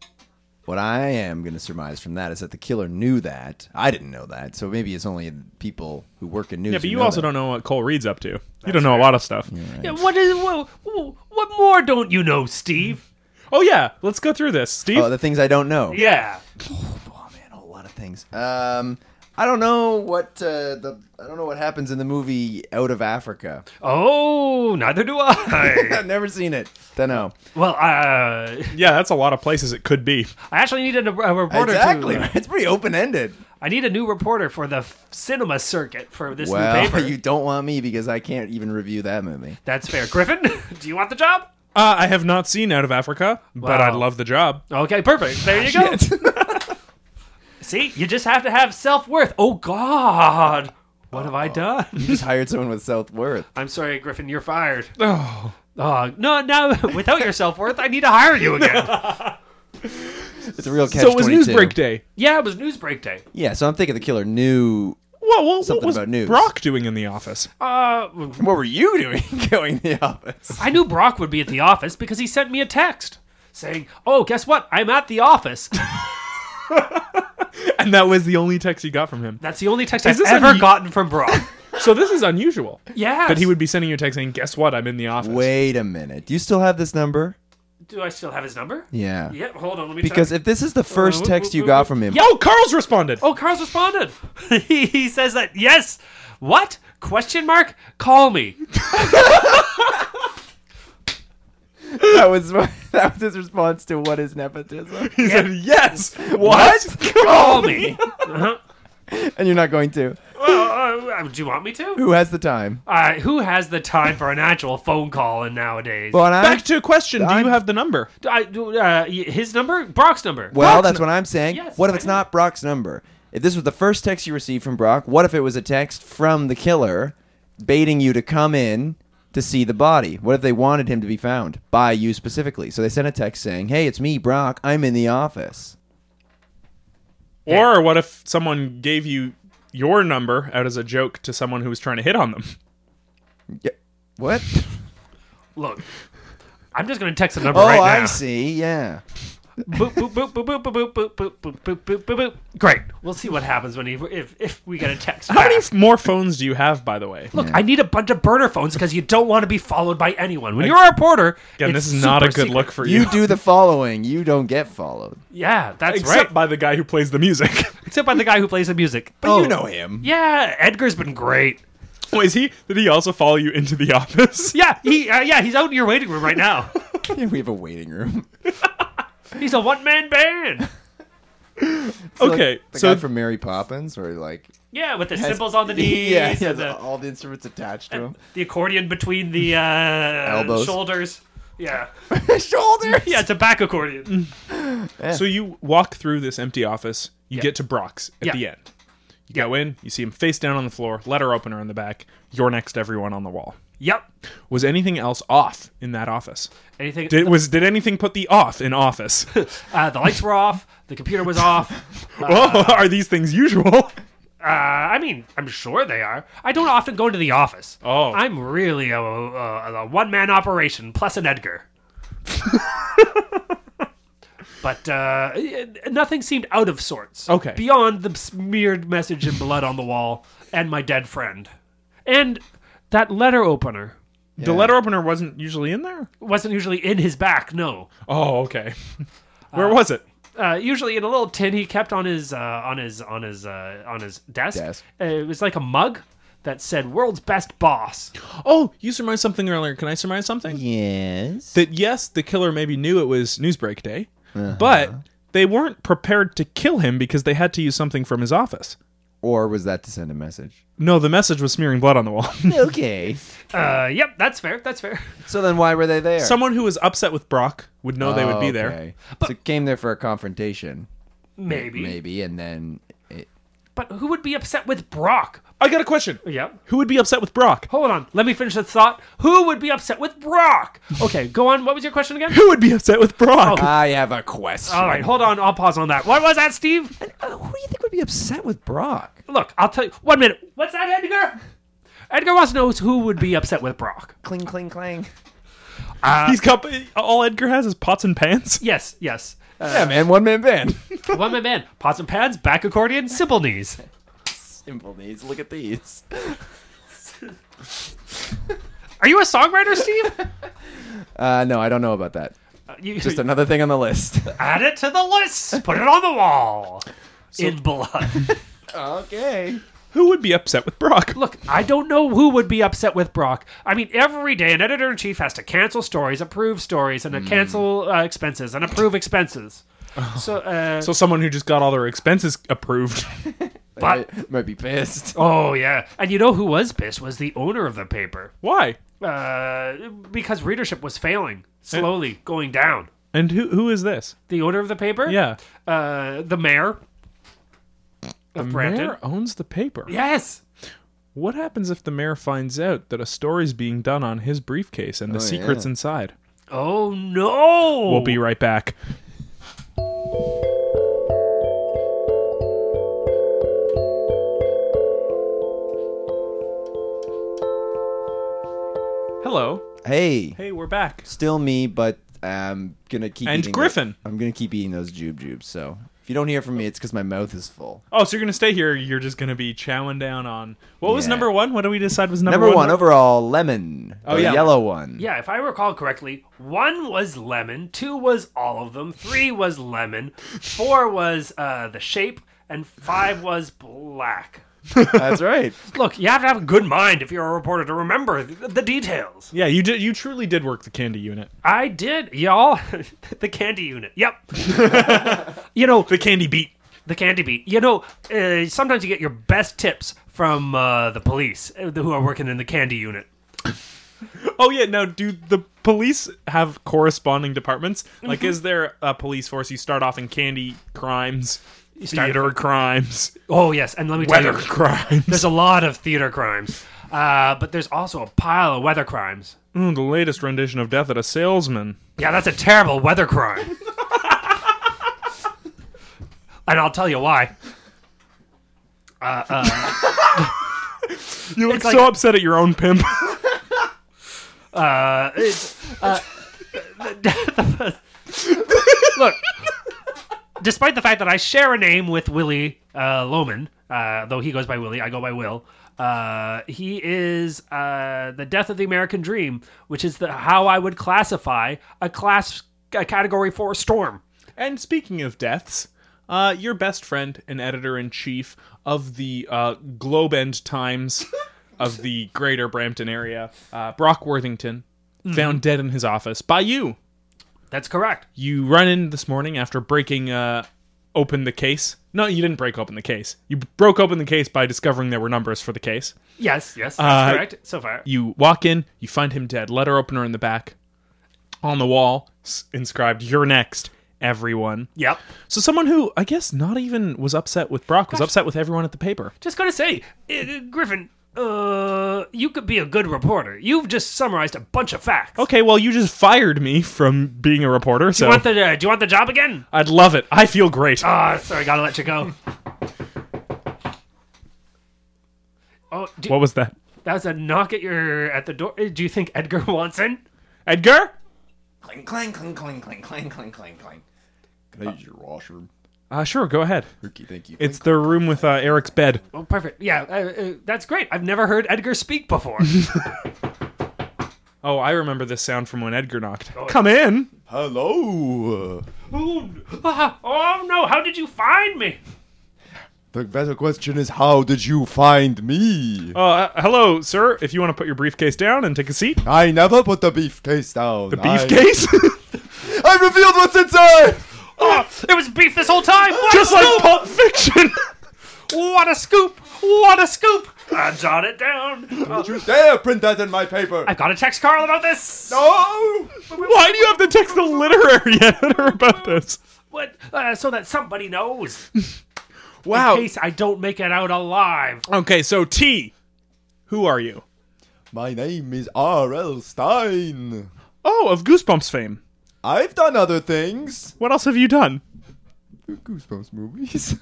Speaker 2: what I am going to surmise from that is that the killer knew that. I didn't know that, so maybe it's only people who work in news.
Speaker 1: Yeah, but you also don't know what Cole Reed's up to. you don't know a lot of stuff.
Speaker 3: yeah what is what, what more don't you know, Steve?
Speaker 1: Oh yeah, let's go through this, Steve.
Speaker 2: Oh, the things I don't know.
Speaker 3: Yeah.
Speaker 2: Oh man, a lot of things. Um, I don't know what uh, the I don't know what happens in the movie Out of Africa. *laughs*
Speaker 3: Oh, neither do I.
Speaker 2: I've never seen it. Don't know.
Speaker 3: well, uh, I
Speaker 1: yeah, that's a lot of places it could be.
Speaker 3: actually need a, a reporter.
Speaker 2: Exactly.
Speaker 3: To,
Speaker 2: It's pretty open ended.
Speaker 3: I need a new reporter for the f- cinema circuit for this new
Speaker 2: Well, *laughs*
Speaker 3: paper.
Speaker 2: you don't want me because I can't even review that movie.
Speaker 3: That's fair. Griffin, *laughs* do you want the job?
Speaker 1: Uh, I have not seen Out of Africa, but
Speaker 3: Wow.
Speaker 1: I'd love the job.
Speaker 3: Okay, perfect. There you go.
Speaker 2: *laughs*
Speaker 3: See, you just have to have self worth. Oh God, what have I done? *laughs*
Speaker 2: You just hired someone with self worth.
Speaker 3: I'm sorry, Griffin. You're fired.
Speaker 1: Oh,
Speaker 3: Oh no, no. *laughs* Without your self worth, I need to hire you again.
Speaker 2: *laughs* It's a real catch.
Speaker 1: so it was
Speaker 2: 22.
Speaker 1: Newsbreak Day.
Speaker 3: yeah, it was news break day.
Speaker 2: Yeah, so I'm thinking the killer knew.
Speaker 1: Whoa, whoa, what
Speaker 2: Something
Speaker 1: was
Speaker 2: about news.
Speaker 1: Brock doing in the office?
Speaker 3: Uh,
Speaker 2: What were you doing *laughs* going to the office?
Speaker 3: I knew Brock would be at the office because he sent me a text saying, "Oh, guess what? I'm at the office."
Speaker 1: *laughs* And that was the only text you got from him.
Speaker 3: That's the only text
Speaker 1: Is
Speaker 3: I've
Speaker 1: this a
Speaker 3: ever
Speaker 1: new-
Speaker 3: gotten from Brock.
Speaker 1: So this is unusual.
Speaker 3: Yeah,
Speaker 1: That he would be sending you a text saying, "Guess what? I'm in the office."
Speaker 2: Wait a minute. Do you still have this number?
Speaker 3: Do I still have his number?
Speaker 2: Yeah.
Speaker 3: Yeah. Hold on. Let me
Speaker 2: Because
Speaker 3: check.
Speaker 2: if this is the first text you got from him,
Speaker 1: Oh, Carl's responded.
Speaker 3: Oh, Carl's responded. *laughs* he, he says that yes. What? Question mark? Call me.
Speaker 2: *laughs* that was *laughs* that was his response to what is nepotism.
Speaker 1: he said, "Yes."
Speaker 2: What? *laughs*
Speaker 3: Call me. *laughs* uh-huh.
Speaker 2: and you're not going to.
Speaker 3: well, uh, do you want me to?
Speaker 2: Who has the time?
Speaker 3: Uh, who has the time for an actual phone call in nowadays?
Speaker 2: Well, and I'm,
Speaker 1: Back to a question. Do
Speaker 2: I'm-
Speaker 1: you have the number?
Speaker 3: I, uh, his number, Brock's number.
Speaker 2: well that's what I'm saying.
Speaker 3: Yes,
Speaker 2: what if
Speaker 3: I
Speaker 2: it's
Speaker 3: know.
Speaker 2: not Brock's number? If this was the first text you received from Brock, what if it was a text from the killer baiting you to come in to see the body? What if they wanted him to be found by you specifically? So they sent a text saying, "Hey, it's me, Brock. I'm in the office."
Speaker 1: Or what if someone gave you your number out as a joke to someone who was trying to hit on them?
Speaker 2: Yeah. What?
Speaker 3: Look, I'm just gonna text the number
Speaker 2: Oh,
Speaker 3: right now.
Speaker 2: I see. Yeah.
Speaker 3: boop, boop, boop, boop, boop, boop, boop, boop, boop, boop, boop, boop, boop. Great. We'll see what happens when he if if we get a text.
Speaker 1: How many
Speaker 3: back.
Speaker 1: f- more phones do you have, by the way?
Speaker 3: Look, I need a bunch of burner phones because you don't want to be followed by anyone. When you're a reporter,
Speaker 1: Again,
Speaker 3: it's
Speaker 1: this is not a
Speaker 3: super
Speaker 1: good
Speaker 3: secret.
Speaker 1: look for you.
Speaker 2: You do the following, you don't get followed.
Speaker 3: Yeah, that's
Speaker 1: Except
Speaker 3: right.
Speaker 1: by the guy who plays the music. *laughs*
Speaker 3: Except by the guy who plays the music. But
Speaker 2: you know him.
Speaker 3: yeah, Edgar's been great.
Speaker 1: Wait, is he? Did he also follow you into the *laughs* office?
Speaker 3: Yeah, he uh, yeah he's out in your waiting room right now.
Speaker 2: *laughs* we have a waiting room.
Speaker 3: *laughs* He's a one man band.
Speaker 1: Okay,
Speaker 2: Like *laughs* the
Speaker 1: so
Speaker 2: guy from Mary Poppins, where he, like
Speaker 3: Yeah, with the cymbals on the
Speaker 2: *laughs*
Speaker 3: knees.
Speaker 2: yeah, he has
Speaker 3: and the,
Speaker 2: all the instruments attached to him.
Speaker 3: *laughs* the accordion between the uh,
Speaker 2: Elbows.
Speaker 3: shoulders.
Speaker 2: *laughs*
Speaker 3: Yeah,
Speaker 2: Shoulders.
Speaker 3: yeah, it's a back accordion.
Speaker 1: *laughs* So you walk through this empty office. You get to Brock's at
Speaker 3: Yeah.
Speaker 1: the end. You go in. You see him face down on the floor. Letter opener in the back. You're next to everyone on the wall.
Speaker 3: yep.
Speaker 1: Was anything else off in that office?
Speaker 3: Anything?
Speaker 1: Did was did anything put the off in *laughs* office?
Speaker 3: Uh, the lights were off. The computer was off.
Speaker 2: *laughs*
Speaker 1: oh, are these things usual?
Speaker 3: Uh, I mean, I'm sure they are. I don't often go into the office.
Speaker 1: Oh.
Speaker 3: I'm really a, a, a one man operation plus
Speaker 1: *laughs*
Speaker 3: an Edgar. but uh, nothing seemed out of sorts.
Speaker 1: Okay.
Speaker 3: Beyond the smeared message and blood on the wall and my dead friend. And that letter opener
Speaker 1: The letter opener wasn't usually in there.
Speaker 3: wasn't usually in his back, no.
Speaker 1: Oh, *laughs* okay. Where was it?
Speaker 3: uh, usually in a little tin he kept on his uh, on his on his uh, on his desk.
Speaker 2: Desk.
Speaker 3: Uh, it was like a mug that said "World's Best Boss."
Speaker 1: Oh, you surmised something earlier. Can I surmise something?
Speaker 2: Yes.
Speaker 1: That yes, the killer maybe knew it was newsbreak day, but they weren't prepared to kill him because they had to use something from his office.
Speaker 2: Or was that to send a message?
Speaker 1: No, the message was smearing blood on the wall. *laughs*
Speaker 2: Okay.
Speaker 3: Uh, yep, that's fair. That's fair.
Speaker 2: so then why were they there?
Speaker 1: Someone who was upset with Brock would know they would be there.
Speaker 2: Okay. so came there for a confrontation,
Speaker 3: Maybe.
Speaker 2: maybe, and then it, *laughs*
Speaker 3: But who would be upset with Brock?
Speaker 1: I got a question.
Speaker 3: Yep.
Speaker 1: Who would be upset with Brock?
Speaker 3: Hold on. Let me finish the thought. Who would be upset with Brock? Okay, go on. What was your question
Speaker 1: *laughs*
Speaker 3: again?
Speaker 1: Who would be upset with Brock?
Speaker 4: Oh,
Speaker 2: I have a question.
Speaker 3: All right, hold on. I'll pause on that. What was that, Steve?
Speaker 2: Uh, who do you think would be
Speaker 4: be upset with Brock?
Speaker 3: Look, I'll tell you. One minute. What's that, Edgar? Edgar wants to know who would be upset with Brock.
Speaker 4: Cling, cling, clang.
Speaker 1: He's got all Edgar has is pots and pans. *laughs*
Speaker 3: Yes, yes. Uh,
Speaker 4: Yeah, man, one man band.
Speaker 3: one man band. Pots and pans, back accordion, simple knees.
Speaker 4: *laughs* Simple needs. Look at these.
Speaker 3: Are you a songwriter, Steve?
Speaker 4: Uh, no, I don't know about that.
Speaker 3: Uh, you,
Speaker 4: Just another thing on the list.
Speaker 3: add it to the list. Put it on the wall. In blood.
Speaker 4: *laughs* okay.
Speaker 1: Who would be upset with Brock?
Speaker 3: Look, I don't know who would be upset with Brock. I mean, every day an editor in chief has to cancel stories, approve stories,
Speaker 1: Hmm.
Speaker 3: and uh, cancel uh, expenses and approve
Speaker 1: *laughs*
Speaker 3: expenses. So, uh,
Speaker 1: Oh. So someone who just got all their expenses approved. *laughs*
Speaker 3: But-
Speaker 4: might, might be pissed.
Speaker 3: oh yeah, and you know who was pissed was the owner of the paper
Speaker 1: Why?
Speaker 3: uh, because readership was failing slowly, going down.
Speaker 1: And who who is this?
Speaker 3: The owner of the paper,
Speaker 1: Yeah.
Speaker 3: uh, the mayor of Brampton.
Speaker 1: Mayor owns the paper.
Speaker 3: Yes,
Speaker 1: What happens if the mayor finds out that a story's being done on his briefcase and the
Speaker 4: Oh,
Speaker 1: secret's
Speaker 4: yeah.
Speaker 1: inside?
Speaker 3: Oh no!
Speaker 1: We'll be right back. Hello.
Speaker 4: Hey,
Speaker 1: Hey, we're back.
Speaker 4: still me, but I'm gonna keep.
Speaker 1: And
Speaker 4: eating
Speaker 1: Griffin.
Speaker 4: the- I'm gonna keep eating those jube jubes. So if you don't hear from me, it's because my mouth is full.
Speaker 1: Oh, so you're gonna stay here? You're just gonna be chowing down on what was
Speaker 4: Yeah.
Speaker 1: number one? What did we decide was number,
Speaker 4: Number, one, oh. overall, lemon.
Speaker 1: Oh,
Speaker 4: the
Speaker 1: yeah.
Speaker 4: yellow one.
Speaker 3: Yeah, if I recall correctly, one was lemon, two was all of them, three was lemon, four was uh, the shape, and five was black.
Speaker 4: that's right.
Speaker 3: Look, you have to have a good mind if you're a reporter to remember the, the details.
Speaker 1: Yeah, you did. You truly did work the candy unit.
Speaker 3: I did, y'all. *laughs* the candy unit. Yep. *laughs* you know,
Speaker 1: The candy beat.
Speaker 3: the candy beat. You know, uh, sometimes you get your best tips from uh, the police uh, who are working in the candy unit.
Speaker 1: Oh yeah, now do the police have corresponding departments? Like, is there a police force? You start off in candy crimes,
Speaker 3: start-
Speaker 1: theater crimes,
Speaker 3: Oh, yes, and let me tell
Speaker 1: weather
Speaker 3: you.
Speaker 1: crimes.
Speaker 3: There's a lot of theater crimes, uh, but there's also a pile of weather crimes.
Speaker 1: Mm, the latest rendition of Death at a Salesman.
Speaker 3: Yeah, that's a terrible weather crime. and I'll tell you why. Uh,
Speaker 1: You look
Speaker 3: It's
Speaker 1: so
Speaker 3: like-
Speaker 1: upset at your own pimp. *laughs*
Speaker 3: Uh, it's, uh, look, *laughs* despite the fact that I share a name with Willie uh, Loman, uh, though he goes by Willie, I go by Will. Uh, he is uh, the death of the American dream, which is the, how I would classify a class a category four storm.
Speaker 1: and speaking of deaths, uh, your best friend and editor in chief of the uh, Globe and *laughs* Times of the Greater Brampton area, uh, Brock Worthington, found dead in his office by you.
Speaker 3: That's correct.
Speaker 1: you run in this morning after breaking uh, open the case. No, you didn't break open the case. You broke open the case by discovering there were numbers for the case.
Speaker 3: Yes, yes, that's
Speaker 1: Uh,
Speaker 3: correct. So far,
Speaker 1: You walk in, you find him dead. Letter opener in the back. On the wall, s- inscribed, You're next, everyone.
Speaker 3: yep.
Speaker 1: So, someone who, I guess, not even was upset with Brock, was upset with everyone at the paper.
Speaker 3: Just gonna say, uh, uh, Griffin, uh, you could be a good reporter. You've just summarized a bunch of facts.
Speaker 1: Okay, well, you just fired me from being a reporter,
Speaker 3: Do
Speaker 1: so
Speaker 3: you want the uh, Do you want the job again?
Speaker 1: I'd love it. I feel great.
Speaker 3: Ah, sorry, gotta let you go. Oh, do,
Speaker 1: what was that?
Speaker 3: that was a knock at your at the door. Uh, Do you think Edgar *laughs* wants in?
Speaker 1: Edgar?
Speaker 4: Clang, clang, clang, clang, clang, clang, clang, clang, clang. Can I use your washroom?
Speaker 1: Uh, sure, go ahead.
Speaker 4: Ricky, thank you.
Speaker 1: It's the room with uh, Eric's bed.
Speaker 3: Oh, perfect. Yeah, uh, uh, that's great. I've never heard Edgar
Speaker 1: *laughs*
Speaker 3: speak before.
Speaker 1: Oh, I remember this sound from when Edgar knocked. Come in.
Speaker 2: Hello.
Speaker 3: oh, ah, *laughs* oh no! How did you find me?
Speaker 2: The better question is, how did you find me?
Speaker 1: Uh, hello, sir. If you want to put your briefcase down and take a seat,
Speaker 2: I never put the beef case down. The
Speaker 1: beef case,
Speaker 2: I revealed what's inside.
Speaker 3: Oh, it was beef this whole time. What
Speaker 1: *laughs* just
Speaker 3: a
Speaker 1: like
Speaker 3: scoop!
Speaker 1: Pulp Fiction.
Speaker 3: what a scoop! What a scoop! I jot it down. Uh,
Speaker 2: Don't you dare print that in my paper.
Speaker 3: I've got to text Carl about this.
Speaker 2: No.
Speaker 1: Why do you have to text the literary *laughs* editor about this?
Speaker 3: What? Uh, so that somebody knows.
Speaker 1: Wow.
Speaker 3: In case I don't make it out alive.
Speaker 1: Okay, so T, who are you?
Speaker 2: My name is R.L. Stein.
Speaker 1: Oh, of Goosebumps fame.
Speaker 2: I've done other things.
Speaker 1: What else have you done?
Speaker 2: Goosebumps movies.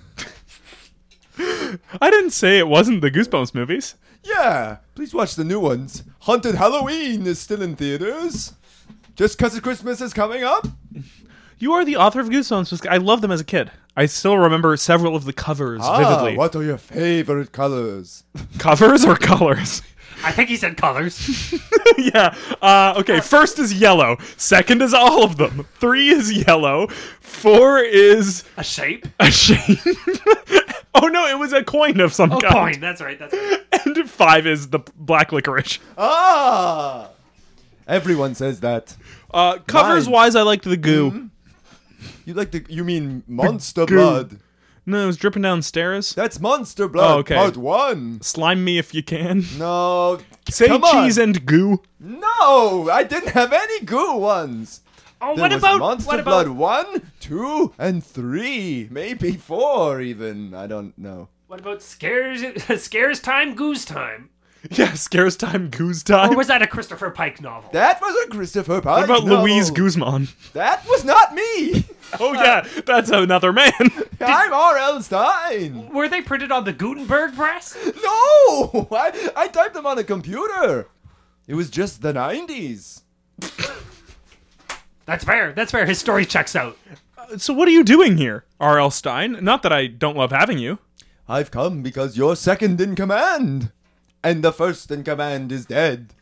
Speaker 1: I didn't say it wasn't the Goosebumps movies.
Speaker 2: *laughs* Yeah, please watch the new ones. Haunted Halloween is still in theaters. Just because Christmas is coming up?
Speaker 1: You are the author of Goosebumps. which- I loved them as a kid. I still remember several of the covers vividly.
Speaker 2: Ah, what are your favorite colors? *laughs*
Speaker 1: Covers or colors? *laughs*
Speaker 3: I think he said colors.
Speaker 1: yeah. Uh, okay. First is yellow. Second is all of them. Three is yellow. Four is
Speaker 3: A shape?
Speaker 1: a *laughs* shape. oh no! It was a coin of some
Speaker 3: A
Speaker 1: kind.
Speaker 3: coin. That's right. That's right.
Speaker 1: And five is the black licorice.
Speaker 2: Ah! Everyone says that.
Speaker 1: Uh, covers wise, I liked the goo.
Speaker 2: You like the. You mean Monster Blood.
Speaker 1: No, it was dripping downstairs.
Speaker 2: That's Monster Blood,
Speaker 1: Oh, okay.
Speaker 2: part one.
Speaker 1: Slime me if you can.
Speaker 2: No.
Speaker 1: *laughs* Say
Speaker 2: come on.
Speaker 1: cheese and goo.
Speaker 2: No, I didn't have any goo ones.
Speaker 3: *laughs* Oh,
Speaker 2: There
Speaker 3: what
Speaker 2: was
Speaker 3: about
Speaker 2: Monster
Speaker 3: what about
Speaker 2: Blood one, two, and three, maybe four even. I don't know.
Speaker 3: what about scares *laughs* scares time goose time?
Speaker 1: *laughs* Yeah, scares time, goose
Speaker 3: Or
Speaker 1: time.
Speaker 3: was that a Christopher Pike novel?
Speaker 2: That was a Christopher Pike.
Speaker 1: what about
Speaker 2: novel.
Speaker 1: Louise Guzman? *laughs*
Speaker 2: That was not
Speaker 3: *laughs*
Speaker 2: me.
Speaker 1: Oh yeah, that's another man. *laughs*
Speaker 2: I'm R.L. Stein.
Speaker 3: Were they printed on the Gutenberg press?
Speaker 2: No, I, I typed them on a computer. It was just the 90s.
Speaker 3: That's fair. That's fair. His story checks out.
Speaker 1: so what are you doing here, R.L. Stein? Not that I don't love having you.
Speaker 2: I've come because you're second in command. And the first in command is dead.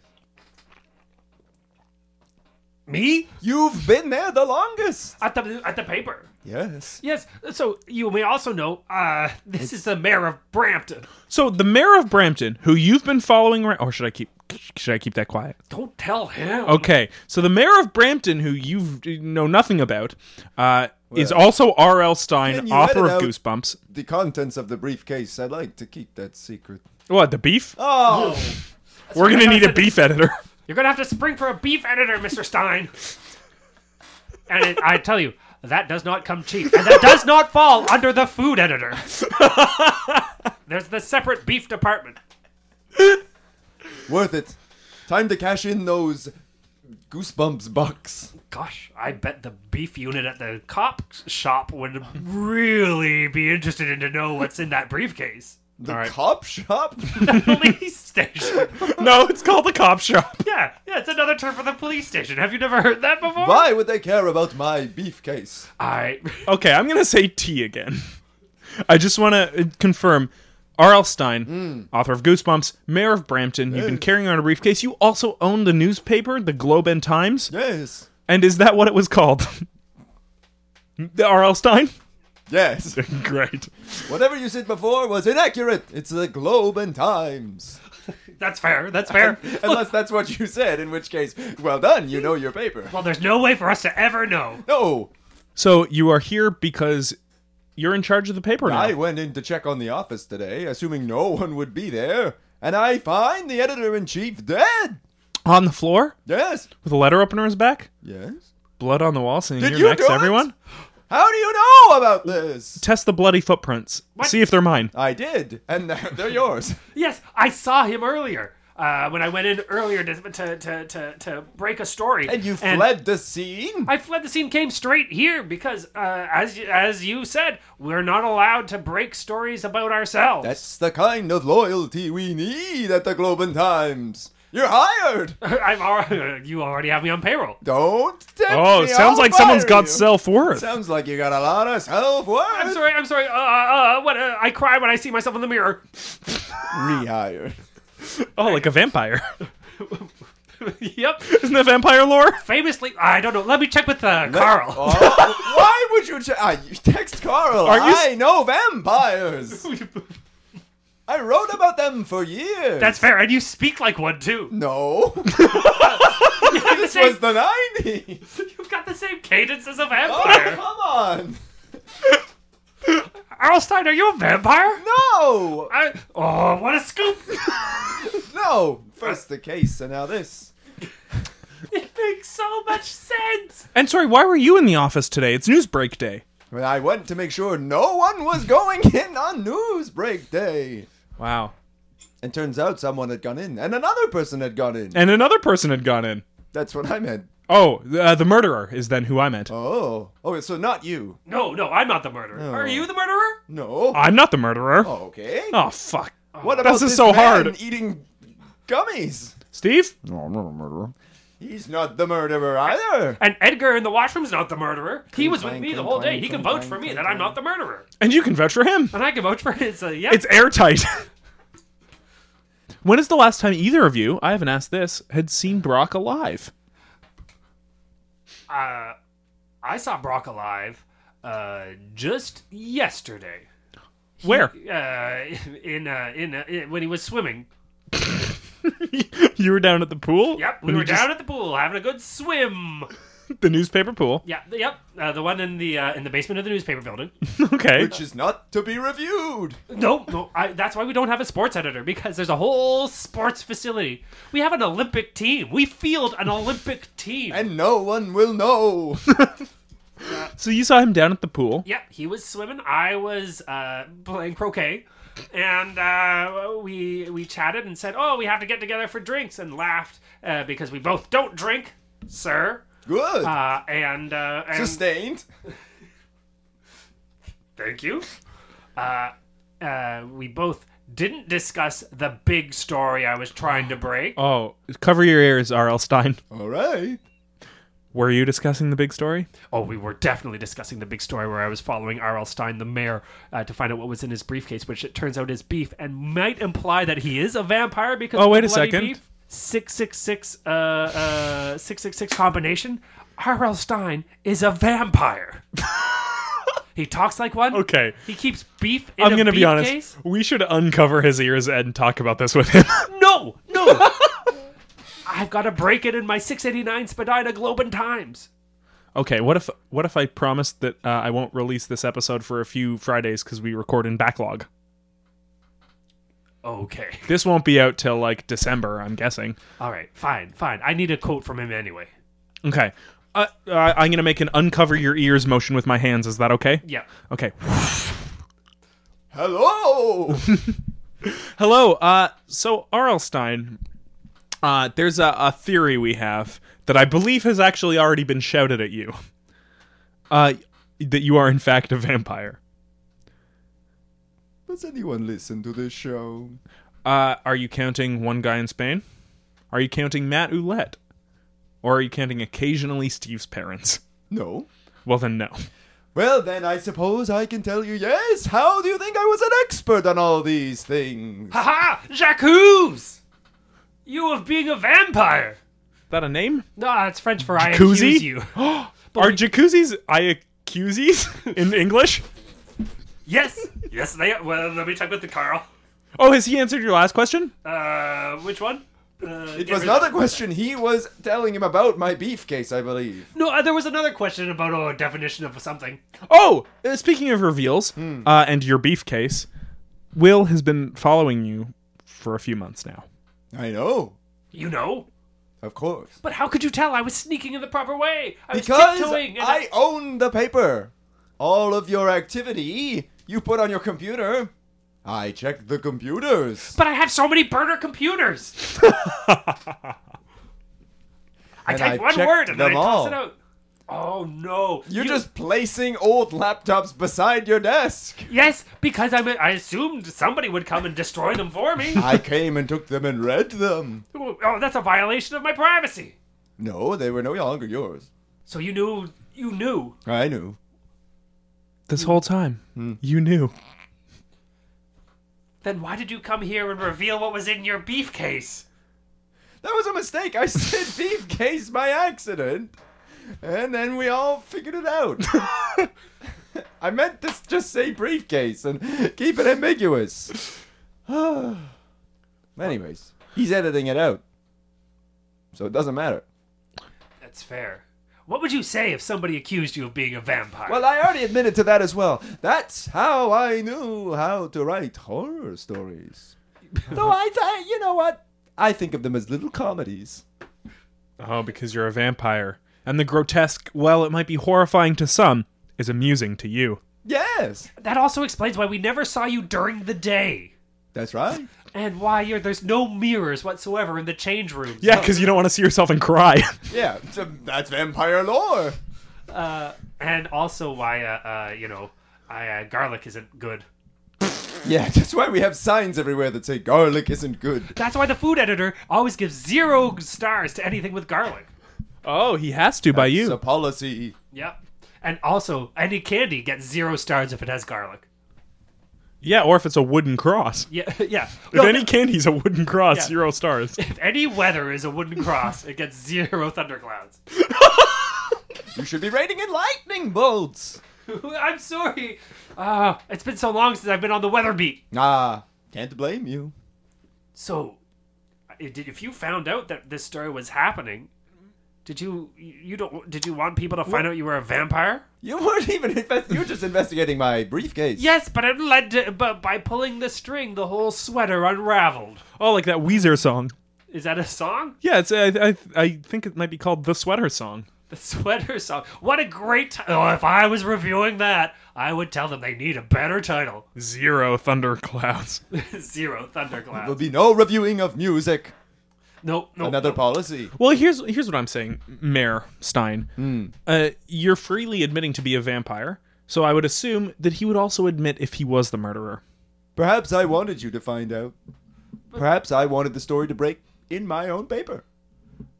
Speaker 3: Me
Speaker 2: You've been there the longest.
Speaker 3: at the at the paper.
Speaker 2: Yes.
Speaker 3: Yes. So you may also know uh, this is the mayor of Brampton.
Speaker 1: So the mayor of Brampton, who you've been following around, or should I keep should I keep that quiet?
Speaker 3: Don't tell him.
Speaker 1: Okay, so the mayor of Brampton, who you know nothing about, uh, is also R.L.
Speaker 2: Can
Speaker 1: Stein,
Speaker 2: you
Speaker 1: author
Speaker 2: edit
Speaker 1: of
Speaker 2: out-
Speaker 1: Goosebumps.
Speaker 2: The contents of the briefcase, I'd like to keep that secret.
Speaker 1: What the beef?
Speaker 2: Oh,
Speaker 1: We're gonna
Speaker 3: what I
Speaker 1: need a
Speaker 3: said.
Speaker 1: beef editor. *laughs*
Speaker 3: You're gonna have to spring for a beef editor, Mr. Stein. and it, I tell you, that does not come cheap, and that does not fall under the food editor. There's the separate beef department.
Speaker 2: worth it. Time to cash in those goosebumps bucks.
Speaker 3: Gosh, I bet the beef unit at the cop shop would really be interested in to know what's in that briefcase.
Speaker 2: The
Speaker 1: All right.
Speaker 3: *laughs*
Speaker 2: cop shop?
Speaker 3: Police station.
Speaker 1: no, it's called the cop shop.
Speaker 3: Yeah, yeah, it's another term for the police station. Have you never heard that before?
Speaker 2: Why would they care about my beef case?
Speaker 3: I
Speaker 1: Okay, I'm gonna say T again. *laughs* I just want to confirm. R.L. Stein,
Speaker 2: Hmm.
Speaker 1: author of Goosebumps, mayor of Brampton, you've been carrying around a briefcase. You also own the newspaper, the Globe and Times.
Speaker 2: Yes.
Speaker 1: And is that what it was called? *laughs* The R.L. Stein? *laughs*
Speaker 2: Yes.
Speaker 1: Great.
Speaker 2: Whatever you said before was inaccurate. It's the Globe and Times.
Speaker 3: *laughs* that's fair.
Speaker 2: *laughs*
Speaker 3: That's fair.
Speaker 2: Unless that's what you said, in which case, well done, you know your paper.
Speaker 3: Well, there's no way for us to ever know.
Speaker 2: No,
Speaker 1: So you are here because you're in charge of the paper now.
Speaker 2: I went in to check on the office today, assuming no one would be there, and I find the editor in chief dead.
Speaker 1: On the floor
Speaker 2: Yes.
Speaker 1: with a letter opener on his back,
Speaker 2: Yes.
Speaker 1: blood on the wall saying
Speaker 2: Did
Speaker 1: you're
Speaker 2: you
Speaker 1: next,
Speaker 2: do it?
Speaker 1: everyone.
Speaker 2: How do you know about this?
Speaker 1: Test the bloody footprints. See if they're mine.
Speaker 2: I did, and *laughs* they're
Speaker 1: *laughs*
Speaker 2: they're yours.
Speaker 3: Yes, I saw him earlier. Uh, when I went in earlier to to, to, to, to break a story,
Speaker 2: And you fled the scene?
Speaker 3: I fled the scene, came straight here because, uh, as you- as you said, we're not allowed to break stories about ourselves. *laughs*
Speaker 2: That's the kind of loyalty we need at the Globe and Times. You're hired!
Speaker 1: *laughs*
Speaker 3: I'm already, *laughs* you already have me on payroll.
Speaker 2: Don't tempt
Speaker 1: Oh,
Speaker 2: me,
Speaker 1: sounds
Speaker 2: I'll
Speaker 1: like someone's
Speaker 2: fire
Speaker 1: got
Speaker 2: you.
Speaker 1: self worth.
Speaker 2: Sounds like you got a lot of
Speaker 3: I'm
Speaker 2: self-worth.
Speaker 3: sorry. I'm sorry. Uh, uh, uh, what? Uh, I cry when I see myself in the mirror. *laughs*
Speaker 1: *laughs*
Speaker 2: Rehired.
Speaker 1: Oh, like a vampire. *laughs*
Speaker 3: yep.
Speaker 1: Isn't that vampire lore?
Speaker 3: Famously, I don't know. Let me check with uh, Carl.
Speaker 2: *laughs* Oh, why would you? Ch- I you text Carl.
Speaker 1: Are you s-
Speaker 2: I
Speaker 1: *laughs*
Speaker 2: know vampires. I wrote about them for years.
Speaker 3: *laughs* That's fair, and you speak like one *laughs* too.
Speaker 1: *laughs*
Speaker 2: no.
Speaker 3: this
Speaker 2: It was the nineties.
Speaker 3: You've got the same cadence as a
Speaker 2: Oh, *laughs*
Speaker 3: vampire.
Speaker 2: come on.
Speaker 3: Arlstein, are you a vampire?
Speaker 2: No,
Speaker 3: I, oh, what a scoop! *laughs*
Speaker 2: no. First the case, and now this.
Speaker 3: it makes so much sense.
Speaker 1: And sorry, why were you in the office today? It's news break day.
Speaker 2: When I went to make sure no one was going *laughs* in on news break day.
Speaker 1: Wow.
Speaker 2: And turns out someone had gone in, and another person had gone in.
Speaker 1: And another person had gone in.
Speaker 2: That's what I meant.
Speaker 1: Oh, uh, the murderer is then who I meant.
Speaker 2: Oh. Okay, so not you.
Speaker 3: No, no, I'm not the murderer. Are you the murderer?
Speaker 2: No.
Speaker 1: I'm not the murderer. Oh,
Speaker 2: okay.
Speaker 1: fuck.
Speaker 2: What about
Speaker 1: This is
Speaker 2: this
Speaker 1: so
Speaker 2: man
Speaker 1: hard.
Speaker 2: eating gummies?
Speaker 1: Steve?
Speaker 4: No, I'm not a murderer.
Speaker 2: He's not the murderer either.
Speaker 3: And Edgar in the washroom's not the murderer. He was with
Speaker 2: clang,
Speaker 3: me the
Speaker 2: clang,
Speaker 3: whole day.
Speaker 2: clang,
Speaker 3: He can
Speaker 2: clang,
Speaker 3: vouch for
Speaker 2: clang,
Speaker 3: me
Speaker 2: clang,
Speaker 3: that I'm not the murderer.
Speaker 1: And you can vouch for him.
Speaker 3: And I can vouch for his. Uh, yeah.
Speaker 1: It's airtight. *laughs* when is the last time either of you, I haven't asked this, had seen Brock alive?
Speaker 3: uh, I saw Brock alive uh, just yesterday.
Speaker 1: Where?
Speaker 3: Uh, *laughs* in uh, in, uh, in when he was swimming.
Speaker 1: *laughs* you were down at the pool?
Speaker 3: Yep, we
Speaker 1: When you
Speaker 3: were
Speaker 1: just-
Speaker 3: down at the pool having a good swim.
Speaker 1: the newspaper pool.
Speaker 3: Yeah, th- yep, uh, the one in the uh, in the basement of the newspaper building.
Speaker 1: *laughs* Okay.
Speaker 2: Which is not to be reviewed.
Speaker 3: no, no, I, that's why we don't have a sports editor because there's a whole sports facility. We have an Olympic team. We field an Olympic team.
Speaker 2: And no one
Speaker 1: *laughs*
Speaker 2: will know.
Speaker 1: so you saw him down at the pool.
Speaker 3: Yep, he was swimming. I was uh, playing croquet, and uh, we we chatted and said, "Oh, we have to get together for drinks," and laughed uh, because we both don't drink, sir.
Speaker 2: Good.
Speaker 1: Ah,
Speaker 3: Uh, and uh, and
Speaker 2: Sustained.
Speaker 3: thank you. Uh, uh, we both didn't discuss the big story I was trying to break.
Speaker 1: Oh, cover your ears, R.L. Stein.
Speaker 2: All right.
Speaker 1: Were you discussing the big story?
Speaker 3: Oh, we were definitely discussing the big story where I was following R.L. Stein, the mayor, uh, to find out what was in his briefcase, which it turns out is beef, and might imply that he is a vampire because.
Speaker 1: Oh,
Speaker 3: of
Speaker 1: wait
Speaker 3: the
Speaker 1: a
Speaker 3: bloody
Speaker 1: second.
Speaker 3: Beef. Six six six uh uh six six six combination. R.L. Stein is
Speaker 1: *laughs*
Speaker 3: a vampire. he talks like one.
Speaker 1: Okay.
Speaker 3: He keeps beef. In
Speaker 1: I'm
Speaker 3: going
Speaker 1: gonna
Speaker 3: to
Speaker 1: be honest.
Speaker 3: Case?
Speaker 1: We should uncover his ears and talk about this with him. *laughs*
Speaker 3: No, no. I've got to break it in my 689 Spadina Globe and Times.
Speaker 1: okay, what if what if I promised that uh, I won't release this episode for a few Fridays because we record in backlog?
Speaker 3: Okay.
Speaker 1: This won't be out till like December, I'm guessing.
Speaker 3: All right. Fine. Fine. I need a quote from him anyway.
Speaker 1: Okay. Uh, uh, I'm gonna make an uncover your ears motion with my hands. Is that okay?
Speaker 3: Yeah.
Speaker 1: Okay.
Speaker 2: Hello.
Speaker 1: Hello. Uh, so Arlstein, uh, there's a, a theory we have that I believe has actually already been shouted at you. Uh, that you are in fact a vampire.
Speaker 2: Does anyone listen to this show?
Speaker 1: Uh, are you counting one guy in Spain? Are you counting Matt Ouellette? Or are you counting occasionally Steve's parents?
Speaker 2: No.
Speaker 1: Well, then no.
Speaker 2: Well, then I suppose I can tell you yes. How do you think I was an expert on all these things?
Speaker 3: Haha! Jacques! You of being a vampire!
Speaker 1: Is that a name?
Speaker 3: No, it's French for I
Speaker 1: Jacuzzi?
Speaker 3: accuse you. *laughs*
Speaker 1: Are jacuzzis iacuzzis in English?
Speaker 3: yes! Yes, they are. Well, let me talk with the Carl.
Speaker 1: Oh, has he answered your last question?
Speaker 3: Uh, which one? Uh,
Speaker 2: It was not a question. He was telling him about my beef case, I believe.
Speaker 3: No, uh, there was another question about oh, a definition of something.
Speaker 1: Oh, uh, speaking of reveals uh, and your beef case, Will has been following you for a few months now.
Speaker 2: I know.
Speaker 3: You know?
Speaker 2: Of course.
Speaker 3: But how could you tell I was sneaking in the proper way? I was
Speaker 2: Because
Speaker 3: tiptoeing. And
Speaker 2: I own the paper. All of your activity you put on your computer. I checked the computers.
Speaker 3: But I have so many burner computers!
Speaker 2: *laughs*
Speaker 3: I
Speaker 2: And
Speaker 3: type
Speaker 2: I
Speaker 3: one
Speaker 2: checked
Speaker 3: word and then I
Speaker 2: them
Speaker 3: toss
Speaker 2: all.
Speaker 3: it out. Oh no.
Speaker 2: You're
Speaker 3: You-
Speaker 2: just placing old laptops beside your
Speaker 3: *laughs*
Speaker 2: desk.
Speaker 3: Yes, because I'm, I assumed somebody would come and destroy them for me.
Speaker 2: I came and took them and read them.
Speaker 3: oh, that's a violation of my privacy.
Speaker 2: No, they were no longer yours.
Speaker 3: So you knew, you knew.
Speaker 2: I knew.
Speaker 1: This whole time, you knew.
Speaker 3: Then why did you come here and reveal what was in your beef case?
Speaker 2: That was a mistake. I *laughs* said beef case by accident. And then we all figured it out. *laughs* I meant to just say briefcase and keep it ambiguous. *sighs* Anyways, he's editing it out. So it doesn't matter.
Speaker 3: That's fair. What would you say if somebody accused you of being a vampire?
Speaker 2: Well, I already admitted to that as well. That's how I knew how to write horror *laughs* stories. Though I, I you know what? I think of them as little comedies.
Speaker 1: Oh, because you're a vampire. And the grotesque, well, it might be horrifying to some, is amusing to you.
Speaker 2: Yes.
Speaker 3: that also explains why we never saw you during the day.
Speaker 2: That's right.
Speaker 3: And why you're there's no mirrors whatsoever in the change rooms.
Speaker 1: Yeah, because you don't want to see yourself and cry. *laughs*
Speaker 2: Yeah, so that's vampire lore.
Speaker 3: Uh, and also why uh, uh you know I, uh, garlic isn't good.
Speaker 2: Yeah, *laughs* that's why we have signs everywhere that say garlic isn't good.
Speaker 3: That's why the food editor always gives zero stars to anything with garlic.
Speaker 1: oh, he has to by
Speaker 2: It's a
Speaker 1: you.
Speaker 2: policy.
Speaker 3: Yep. And also any candy gets zero stars if it has garlic.
Speaker 1: Yeah, or if it's a wooden cross.
Speaker 3: Yeah, *laughs* yeah.
Speaker 1: If
Speaker 3: No,
Speaker 1: any candy's a wooden cross,
Speaker 3: Yeah.
Speaker 1: zero *laughs* stars.
Speaker 3: if any weather is a wooden cross, it gets zero thunderclouds. *laughs*
Speaker 2: You should be raiding in lightning bolts.
Speaker 3: I'm sorry. Uh, it's been so long since I've been on the weather beat.
Speaker 2: Ah, can't blame you.
Speaker 3: So, i- did- if you found out that this story was happening, did you you don't did you want people to find out you were a vampire?
Speaker 2: You weren't even invest- you were just investigating my briefcase.
Speaker 3: Yes, but it led to but by pulling the string, the whole sweater unraveled.
Speaker 1: Oh, like that Weezer song.
Speaker 3: Is that a song?
Speaker 1: Yeah, it's I, I I think it might be called the sweater song.
Speaker 3: The sweater song. What a great title! Oh, if I was reviewing that, I would tell them they need a better title. *laughs*
Speaker 1: Zero thunderclouds.
Speaker 2: There'll
Speaker 3: Zero thunderclouds.
Speaker 2: be no reviewing of music.
Speaker 3: No, no.
Speaker 2: Another policy.
Speaker 1: *laughs* Well, here's here's what I'm saying, Mayor Stein.
Speaker 2: Hmm.
Speaker 1: Uh, you're freely admitting to be a vampire, so I would assume that he would also admit if he was the murderer.
Speaker 2: Perhaps I wanted you to find out. Perhaps I wanted the story to break in my own paper.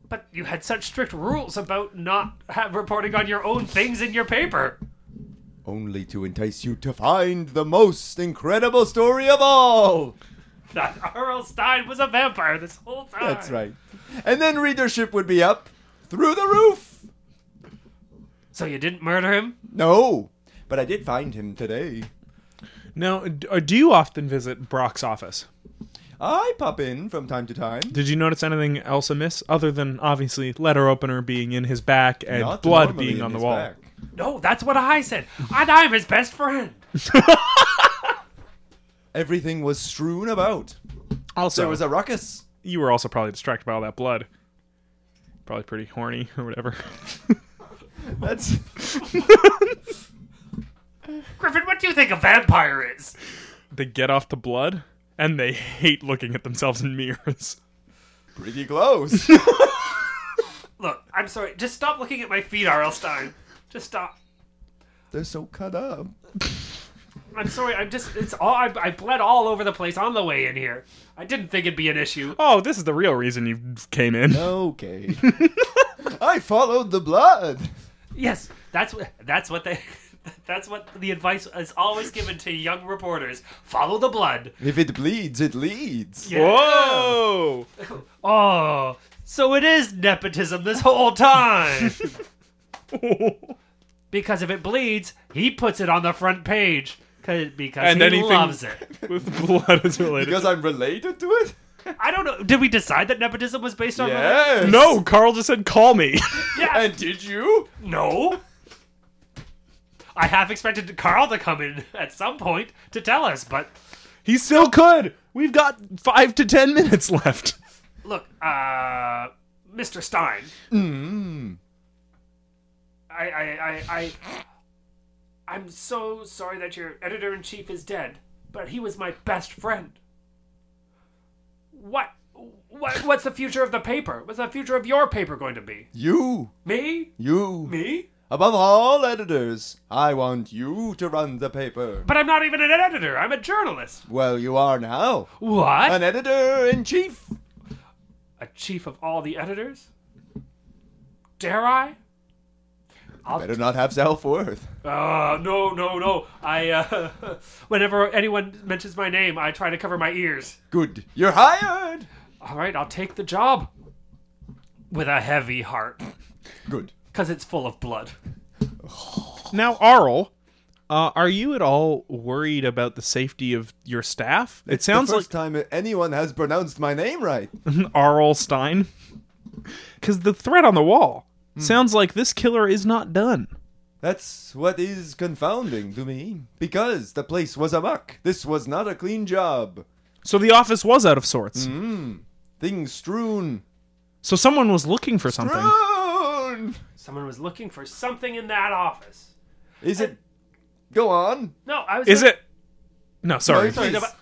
Speaker 3: But you had such strict rules about not have reporting on your own things in your paper. *laughs*
Speaker 2: Only to entice you to find the most incredible story of all.
Speaker 3: That R.L. Stein was a vampire this whole time.
Speaker 2: That's right. And then readership would be up through the roof.
Speaker 3: So you didn't murder him?
Speaker 2: No, but I did find him today.
Speaker 1: Now, d- uh, do you often visit Brock's office?
Speaker 2: I pop in from time to time.
Speaker 1: Did you notice anything else amiss other than obviously letter opener being in his back and
Speaker 2: Not
Speaker 1: blood
Speaker 2: normally
Speaker 1: being
Speaker 2: in
Speaker 1: on the
Speaker 2: his
Speaker 1: wall?
Speaker 2: back.
Speaker 3: No, that's what I said. And I'm his best friend.
Speaker 2: Everything was strewn about.
Speaker 1: Also,
Speaker 2: There was a ruckus.
Speaker 1: you were also probably distracted by all that blood. Probably pretty horny or whatever. *laughs*
Speaker 2: That's *laughs*
Speaker 3: Griffin, what do you think a vampire is?
Speaker 1: they get off the blood and they *laughs* hate looking at themselves in mirrors. *laughs*
Speaker 2: pretty close.
Speaker 3: Look, I'm sorry. Just stop looking at my feet, R.L. Stein. Just stop.
Speaker 2: They're so cut up.
Speaker 3: I'm sorry. I'm just. It's all. I, I bled all over the place on the way in here. I didn't think it'd be an issue.
Speaker 1: Oh, this is the real reason you came in.
Speaker 2: Okay. I followed the blood.
Speaker 3: Yes, that's what. That's what they. *laughs* That's what the advice is always given to young reporters. Follow the blood.
Speaker 2: If it bleeds, it leads.
Speaker 1: *laughs*
Speaker 3: Yeah.
Speaker 1: Whoa!
Speaker 3: Oh, so it is nepotism this whole time. *laughs* because if it bleeds, he puts it on the front page. 'cause- Because
Speaker 1: And
Speaker 3: he
Speaker 1: anything-
Speaker 3: loves it.
Speaker 1: With blood is related.
Speaker 2: Because I'm related
Speaker 1: *laughs*
Speaker 2: to it?
Speaker 3: I don't know. Did we decide that nepotism was based on? religion?
Speaker 2: Yes.
Speaker 1: no, Carl just said call me. *laughs*
Speaker 3: Yeah.
Speaker 2: And did you?
Speaker 3: No. I half expected Carl to come in at some point to tell us, but
Speaker 1: he still could. We've got five to ten minutes left.
Speaker 3: look, uh, Mr. Stein. I, I, I, I, I'm so sorry that your editor in chief is dead, but he was my best friend. What, what, what's the future of the paper? What's the future of your paper going to be?
Speaker 2: You.
Speaker 3: Me?
Speaker 2: You.
Speaker 3: Me?
Speaker 2: Above all editors, I want you to run the paper.
Speaker 3: But I'm not even an editor. I'm a journalist.
Speaker 2: Well, you are now.
Speaker 3: What?
Speaker 2: An editor in chief.
Speaker 3: a chief of all the editors? Dare I? I'll,
Speaker 2: Better not have self worth.
Speaker 3: Uh, no, no, no. I, uh, *laughs* whenever anyone mentions my name, I try to cover my ears.
Speaker 2: Good. You're hired.
Speaker 3: All right, I'll take the job. With a heavy heart,
Speaker 2: Good.
Speaker 3: because it's full of blood.
Speaker 1: *laughs* Now, Arl, uh, are you at all worried about the safety of your staff? It sounds
Speaker 2: First time anyone has pronounced my name right.
Speaker 1: like *laughs* Arl Stein. Because the threat on the wall sounds like this killer is not done.
Speaker 2: That's what is confounding to me. Because the place was amok. This was not a clean job.
Speaker 1: So the office was out of sorts.
Speaker 2: Things strewn.
Speaker 1: So someone was looking for something.
Speaker 2: Strewn!
Speaker 3: Someone was looking for something in that office.
Speaker 2: Is it. Go on.
Speaker 3: No, I was.
Speaker 1: Is
Speaker 3: gonna-
Speaker 1: it? No, sorry.
Speaker 2: No, sorry.
Speaker 3: No, but-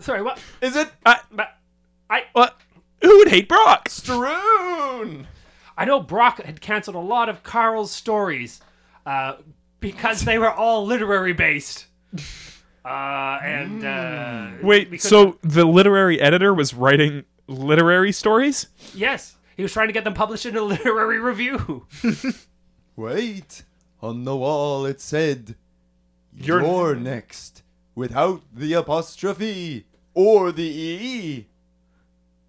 Speaker 3: Sorry, what?
Speaker 2: Is it
Speaker 3: But I
Speaker 1: What? Uh, Who would hate Brock?
Speaker 2: Strewn?
Speaker 3: I know Brock had canceled a lot of Carl's stories uh, because they were all literary based. Uh, and uh,
Speaker 1: Wait,
Speaker 3: because-
Speaker 1: so the literary editor was writing literary stories?
Speaker 3: yes, he was trying to get them published in a *laughs* literary review.
Speaker 2: Wait, on the wall it said,
Speaker 1: You're-
Speaker 2: "You're, next," without the apostrophe or the E ee.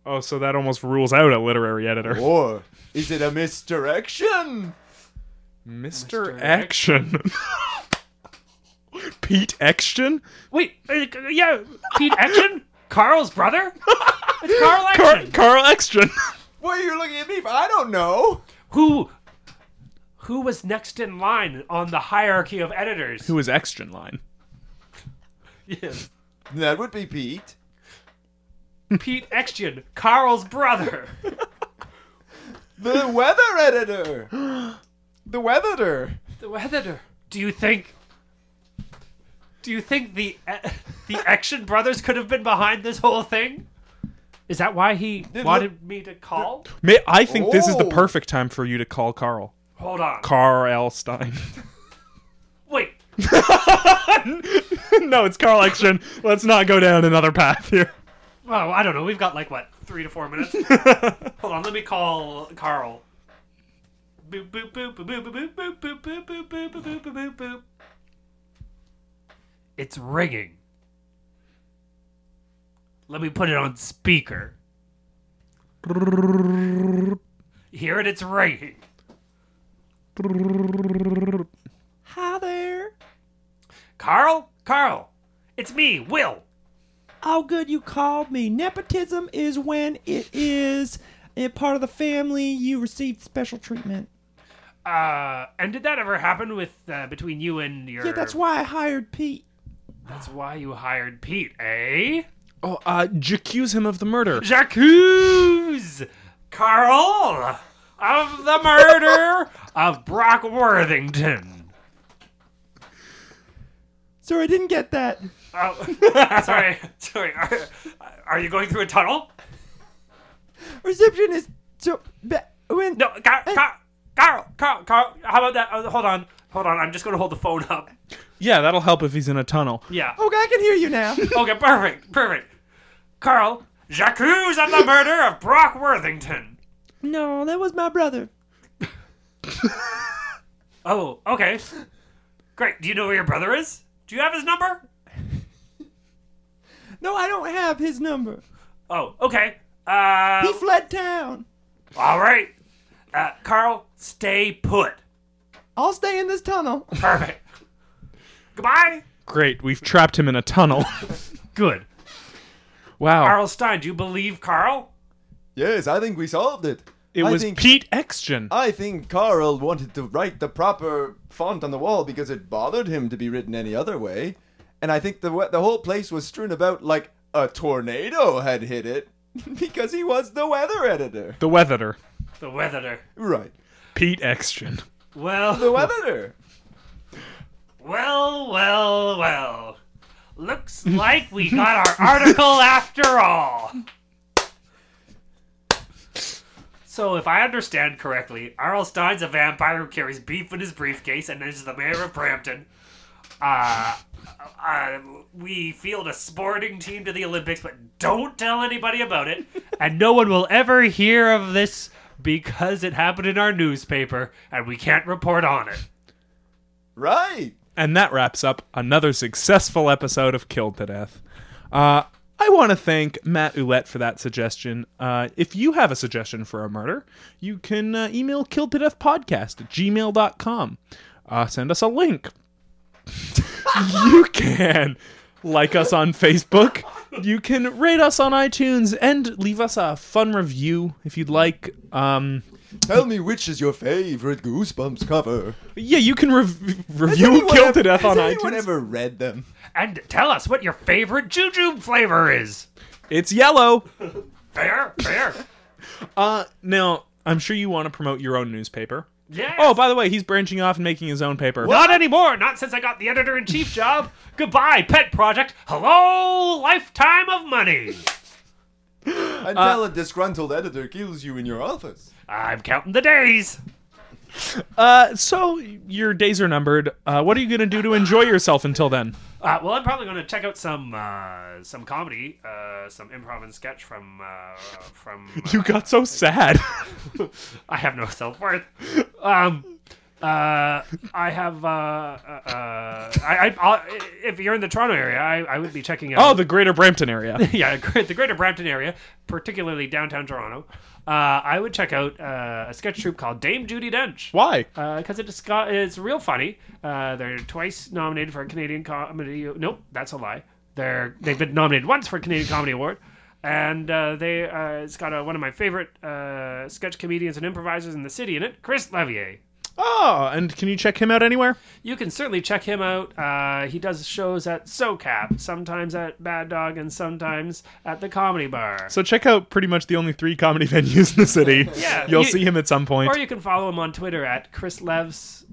Speaker 1: Oh, so that almost rules out a literary editor.
Speaker 2: Or is it a misdirection?
Speaker 1: Mr. Action. *laughs* Pete Action?
Speaker 3: Wait, uh, yeah, Pete Action, Carl's brother. It's Carl
Speaker 1: Car- *laughs*
Speaker 3: Action.
Speaker 1: Carl Action.
Speaker 2: Why are you looking at me? for? I don't know.
Speaker 3: who, who was next in line on the hierarchy of editors?
Speaker 1: Who is Action line?
Speaker 3: Yes.
Speaker 2: That would be Pete.
Speaker 3: *laughs* Pete Action, Carl's brother.
Speaker 4: *laughs*
Speaker 2: The weather editor. The weather.
Speaker 3: The editor. Do you think? Do you think the e, *laughs* the Action Brothers could have been behind this whole thing? Is that why he wanted me to call?
Speaker 1: May- I think this is the
Speaker 2: Oh.
Speaker 1: perfect time for you to call Carl.
Speaker 3: Hold on.
Speaker 1: Carl Stein.
Speaker 3: Wait.
Speaker 1: *laughs* no, it's Carl Action. Let's not go down another path here.
Speaker 3: Well, I don't know. We've got like what three to four
Speaker 4: *laughs*
Speaker 3: minutes. Hold on. Let me call Carl. Boop boop boop boop boop boop boop boop boop boop boop boop boop boop boop. It's ringing. Let me put it on speaker. Hear it? It's ringing.
Speaker 4: Hi there.
Speaker 3: Carl, Carl, it's me, Will.
Speaker 4: Oh, good you called me. Nepotism is when it is a part of the family. You received special treatment.
Speaker 3: Uh, and did that ever happen with uh, between you and your?
Speaker 4: Yeah, that's why I hired Pete.
Speaker 3: That's why you hired Pete, eh?
Speaker 1: Oh, uh, accuse him of the murder.
Speaker 3: Jacques Carl of the murder of Brock Worthington.
Speaker 4: Sorry, I didn't get that.
Speaker 3: Oh, *laughs* sorry, sorry. Are, are you going through a tunnel?
Speaker 4: Reception is so ba- when
Speaker 3: No, Car- Car- Carl, Carl, Carl. How about that? Uh, hold on, hold on. I'm just going to hold the phone up.
Speaker 1: Yeah, that'll help if he's in a tunnel.
Speaker 3: Yeah.
Speaker 4: Okay, I can hear you now.
Speaker 3: Okay, perfect, perfect. Carl, Jacques of the murder of Brock Worthington.
Speaker 4: no, that was my brother.
Speaker 3: Oh, okay. Great. Do you know where your brother is? Do you have his number?
Speaker 4: No, I don't have his number.
Speaker 3: Oh, okay. Uh,
Speaker 4: He fled town.
Speaker 3: All right. Uh, Carl, stay put.
Speaker 4: I'll stay in this tunnel.
Speaker 3: Perfect. Goodbye.
Speaker 1: Great, we've trapped him in a tunnel. *laughs*
Speaker 3: Good.
Speaker 1: wow.
Speaker 3: Carl Stein, do you believe Carl?
Speaker 2: *laughs* Yes, I think we solved it.
Speaker 1: it
Speaker 2: I
Speaker 1: was
Speaker 2: think,
Speaker 1: Pete Exton.
Speaker 2: I think Carl wanted to write the proper font on the wall because it bothered him to be written any other way, and I think the wa- the whole place was strewn about like a tornado had hit it *laughs* because he was the weather editor.
Speaker 1: the weatherer.
Speaker 3: The weatherer.
Speaker 2: Right,
Speaker 1: Pete Exton.
Speaker 2: the
Speaker 3: Well,
Speaker 2: weatherer.
Speaker 3: well, well, well. Looks like we got our article after all. So, if I understand correctly, Arl Stein's a vampire who carries beef in his briefcase and is the mayor of Brampton. Uh, uh, we field a sporting team to the Olympics, but don't tell anybody about it. and no one will ever hear of this because it happened in our newspaper and we can't report on it.
Speaker 2: Right.
Speaker 1: And that wraps up another successful episode of Killed to Death. Uh, I want to thank Matt Ouellette for that suggestion. Uh, if you have a suggestion for a murder, you can uh, email killed to death podcast at gmail.com. Uh, send us a link. *laughs* you can like us on Facebook. You can rate us on iTunes and leave us a fun review if you'd like. Um,
Speaker 2: Tell me which is your favorite Goosebumps cover.
Speaker 1: yeah, you can rev- *laughs* review
Speaker 2: anyone
Speaker 1: Killed
Speaker 2: ever-
Speaker 1: to Death
Speaker 2: has
Speaker 1: on
Speaker 2: anyone
Speaker 1: iTunes.
Speaker 2: ever read them?
Speaker 3: And tell us what your favorite jujube flavor is.
Speaker 1: It's yellow.
Speaker 3: Fair, fair.
Speaker 1: Uh, now I'm sure you want to promote your own newspaper.
Speaker 3: *laughs* Yes.
Speaker 1: Oh, by the way, he's branching off and making his own paper.
Speaker 3: Not anymore. Not since I got the editor
Speaker 1: *laughs*
Speaker 3: in chief job. Goodbye, pet project. Hello, lifetime of money.
Speaker 1: Uh,
Speaker 2: Until a disgruntled editor kills you in your office.
Speaker 3: I'm counting the days.
Speaker 1: Uh, so your days are numbered. Uh, what are you gonna do to enjoy yourself until then?
Speaker 3: Uh, well, I'm probably going to check out some uh, some comedy, uh, some improv and sketch from uh, from.
Speaker 1: *laughs* You got so sad. *laughs*
Speaker 3: I have no self worth. Um, uh, I have. Uh, uh, uh, I, I, I, if you're in the Toronto area, I, I would be checking out.
Speaker 1: oh, the Greater Brampton area.
Speaker 3: *laughs* yeah, gr- the Greater Brampton area, particularly downtown Toronto. Uh, I would check out uh, a sketch troupe called Dame Judy Dench. Uh,
Speaker 1: Why?
Speaker 3: Because it's got it's real funny. Uh, they're twice nominated for a Canadian comedy. Nope, that's a lie. They're they've been nominated once for a Canadian Comedy Award, and uh, they uh, it's got uh one of my favorite uh, sketch comedians and improvisers in the city in it, Chris Levier.
Speaker 1: Oh, and can you check him out anywhere?
Speaker 3: You can certainly check him out. Uh, he does shows at SoCap, sometimes at Bad Dog, and sometimes at the Comedy Bar.
Speaker 1: So check out pretty much the only three comedy *laughs* venues in the city.
Speaker 3: Yeah,
Speaker 1: You'll
Speaker 3: you-
Speaker 1: see him at some point.
Speaker 3: Or you can follow him on Twitter at Chris Levs.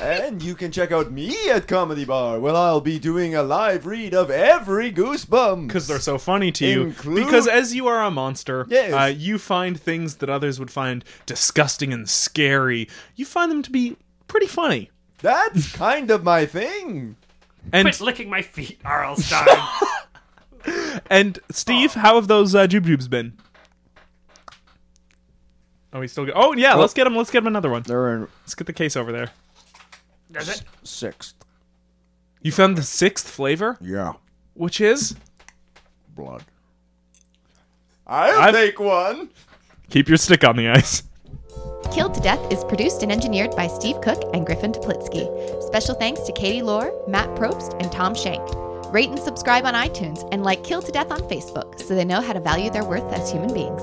Speaker 2: And you can check out me at Comedy Bar, where I'll be doing a live read of every Goosebumps.
Speaker 1: because they're so funny to you.
Speaker 2: Include-
Speaker 1: Because as you are a monster,
Speaker 2: Yes.
Speaker 1: uh, you find things that others would find disgusting and scary. You find them to be pretty funny.
Speaker 2: That's *laughs* kind of my thing.
Speaker 1: And
Speaker 3: Quit licking my feet, Arl Stein.
Speaker 1: *laughs* and Steve, how have those uh, jube jubes been? Oh, he's still. Go- oh yeah, let's get him. Let's get him another one.
Speaker 4: They're in
Speaker 1: Let's get the case over there.
Speaker 3: Does it?
Speaker 4: sixth.
Speaker 1: You found the sixth flavor,
Speaker 4: Yeah,
Speaker 1: which is
Speaker 4: blood.
Speaker 2: I'll
Speaker 1: I've-
Speaker 2: take one.
Speaker 1: keep your stick on the ice.
Speaker 5: Killed to Death is produced and engineered by Steve Cook and Griffin Toplitsky. Special thanks to Katie Lohr, Matt Probst, and Tom Shank. Rate and subscribe on iTunes and like Killed to Death on Facebook so they know how to value their worth as human beings.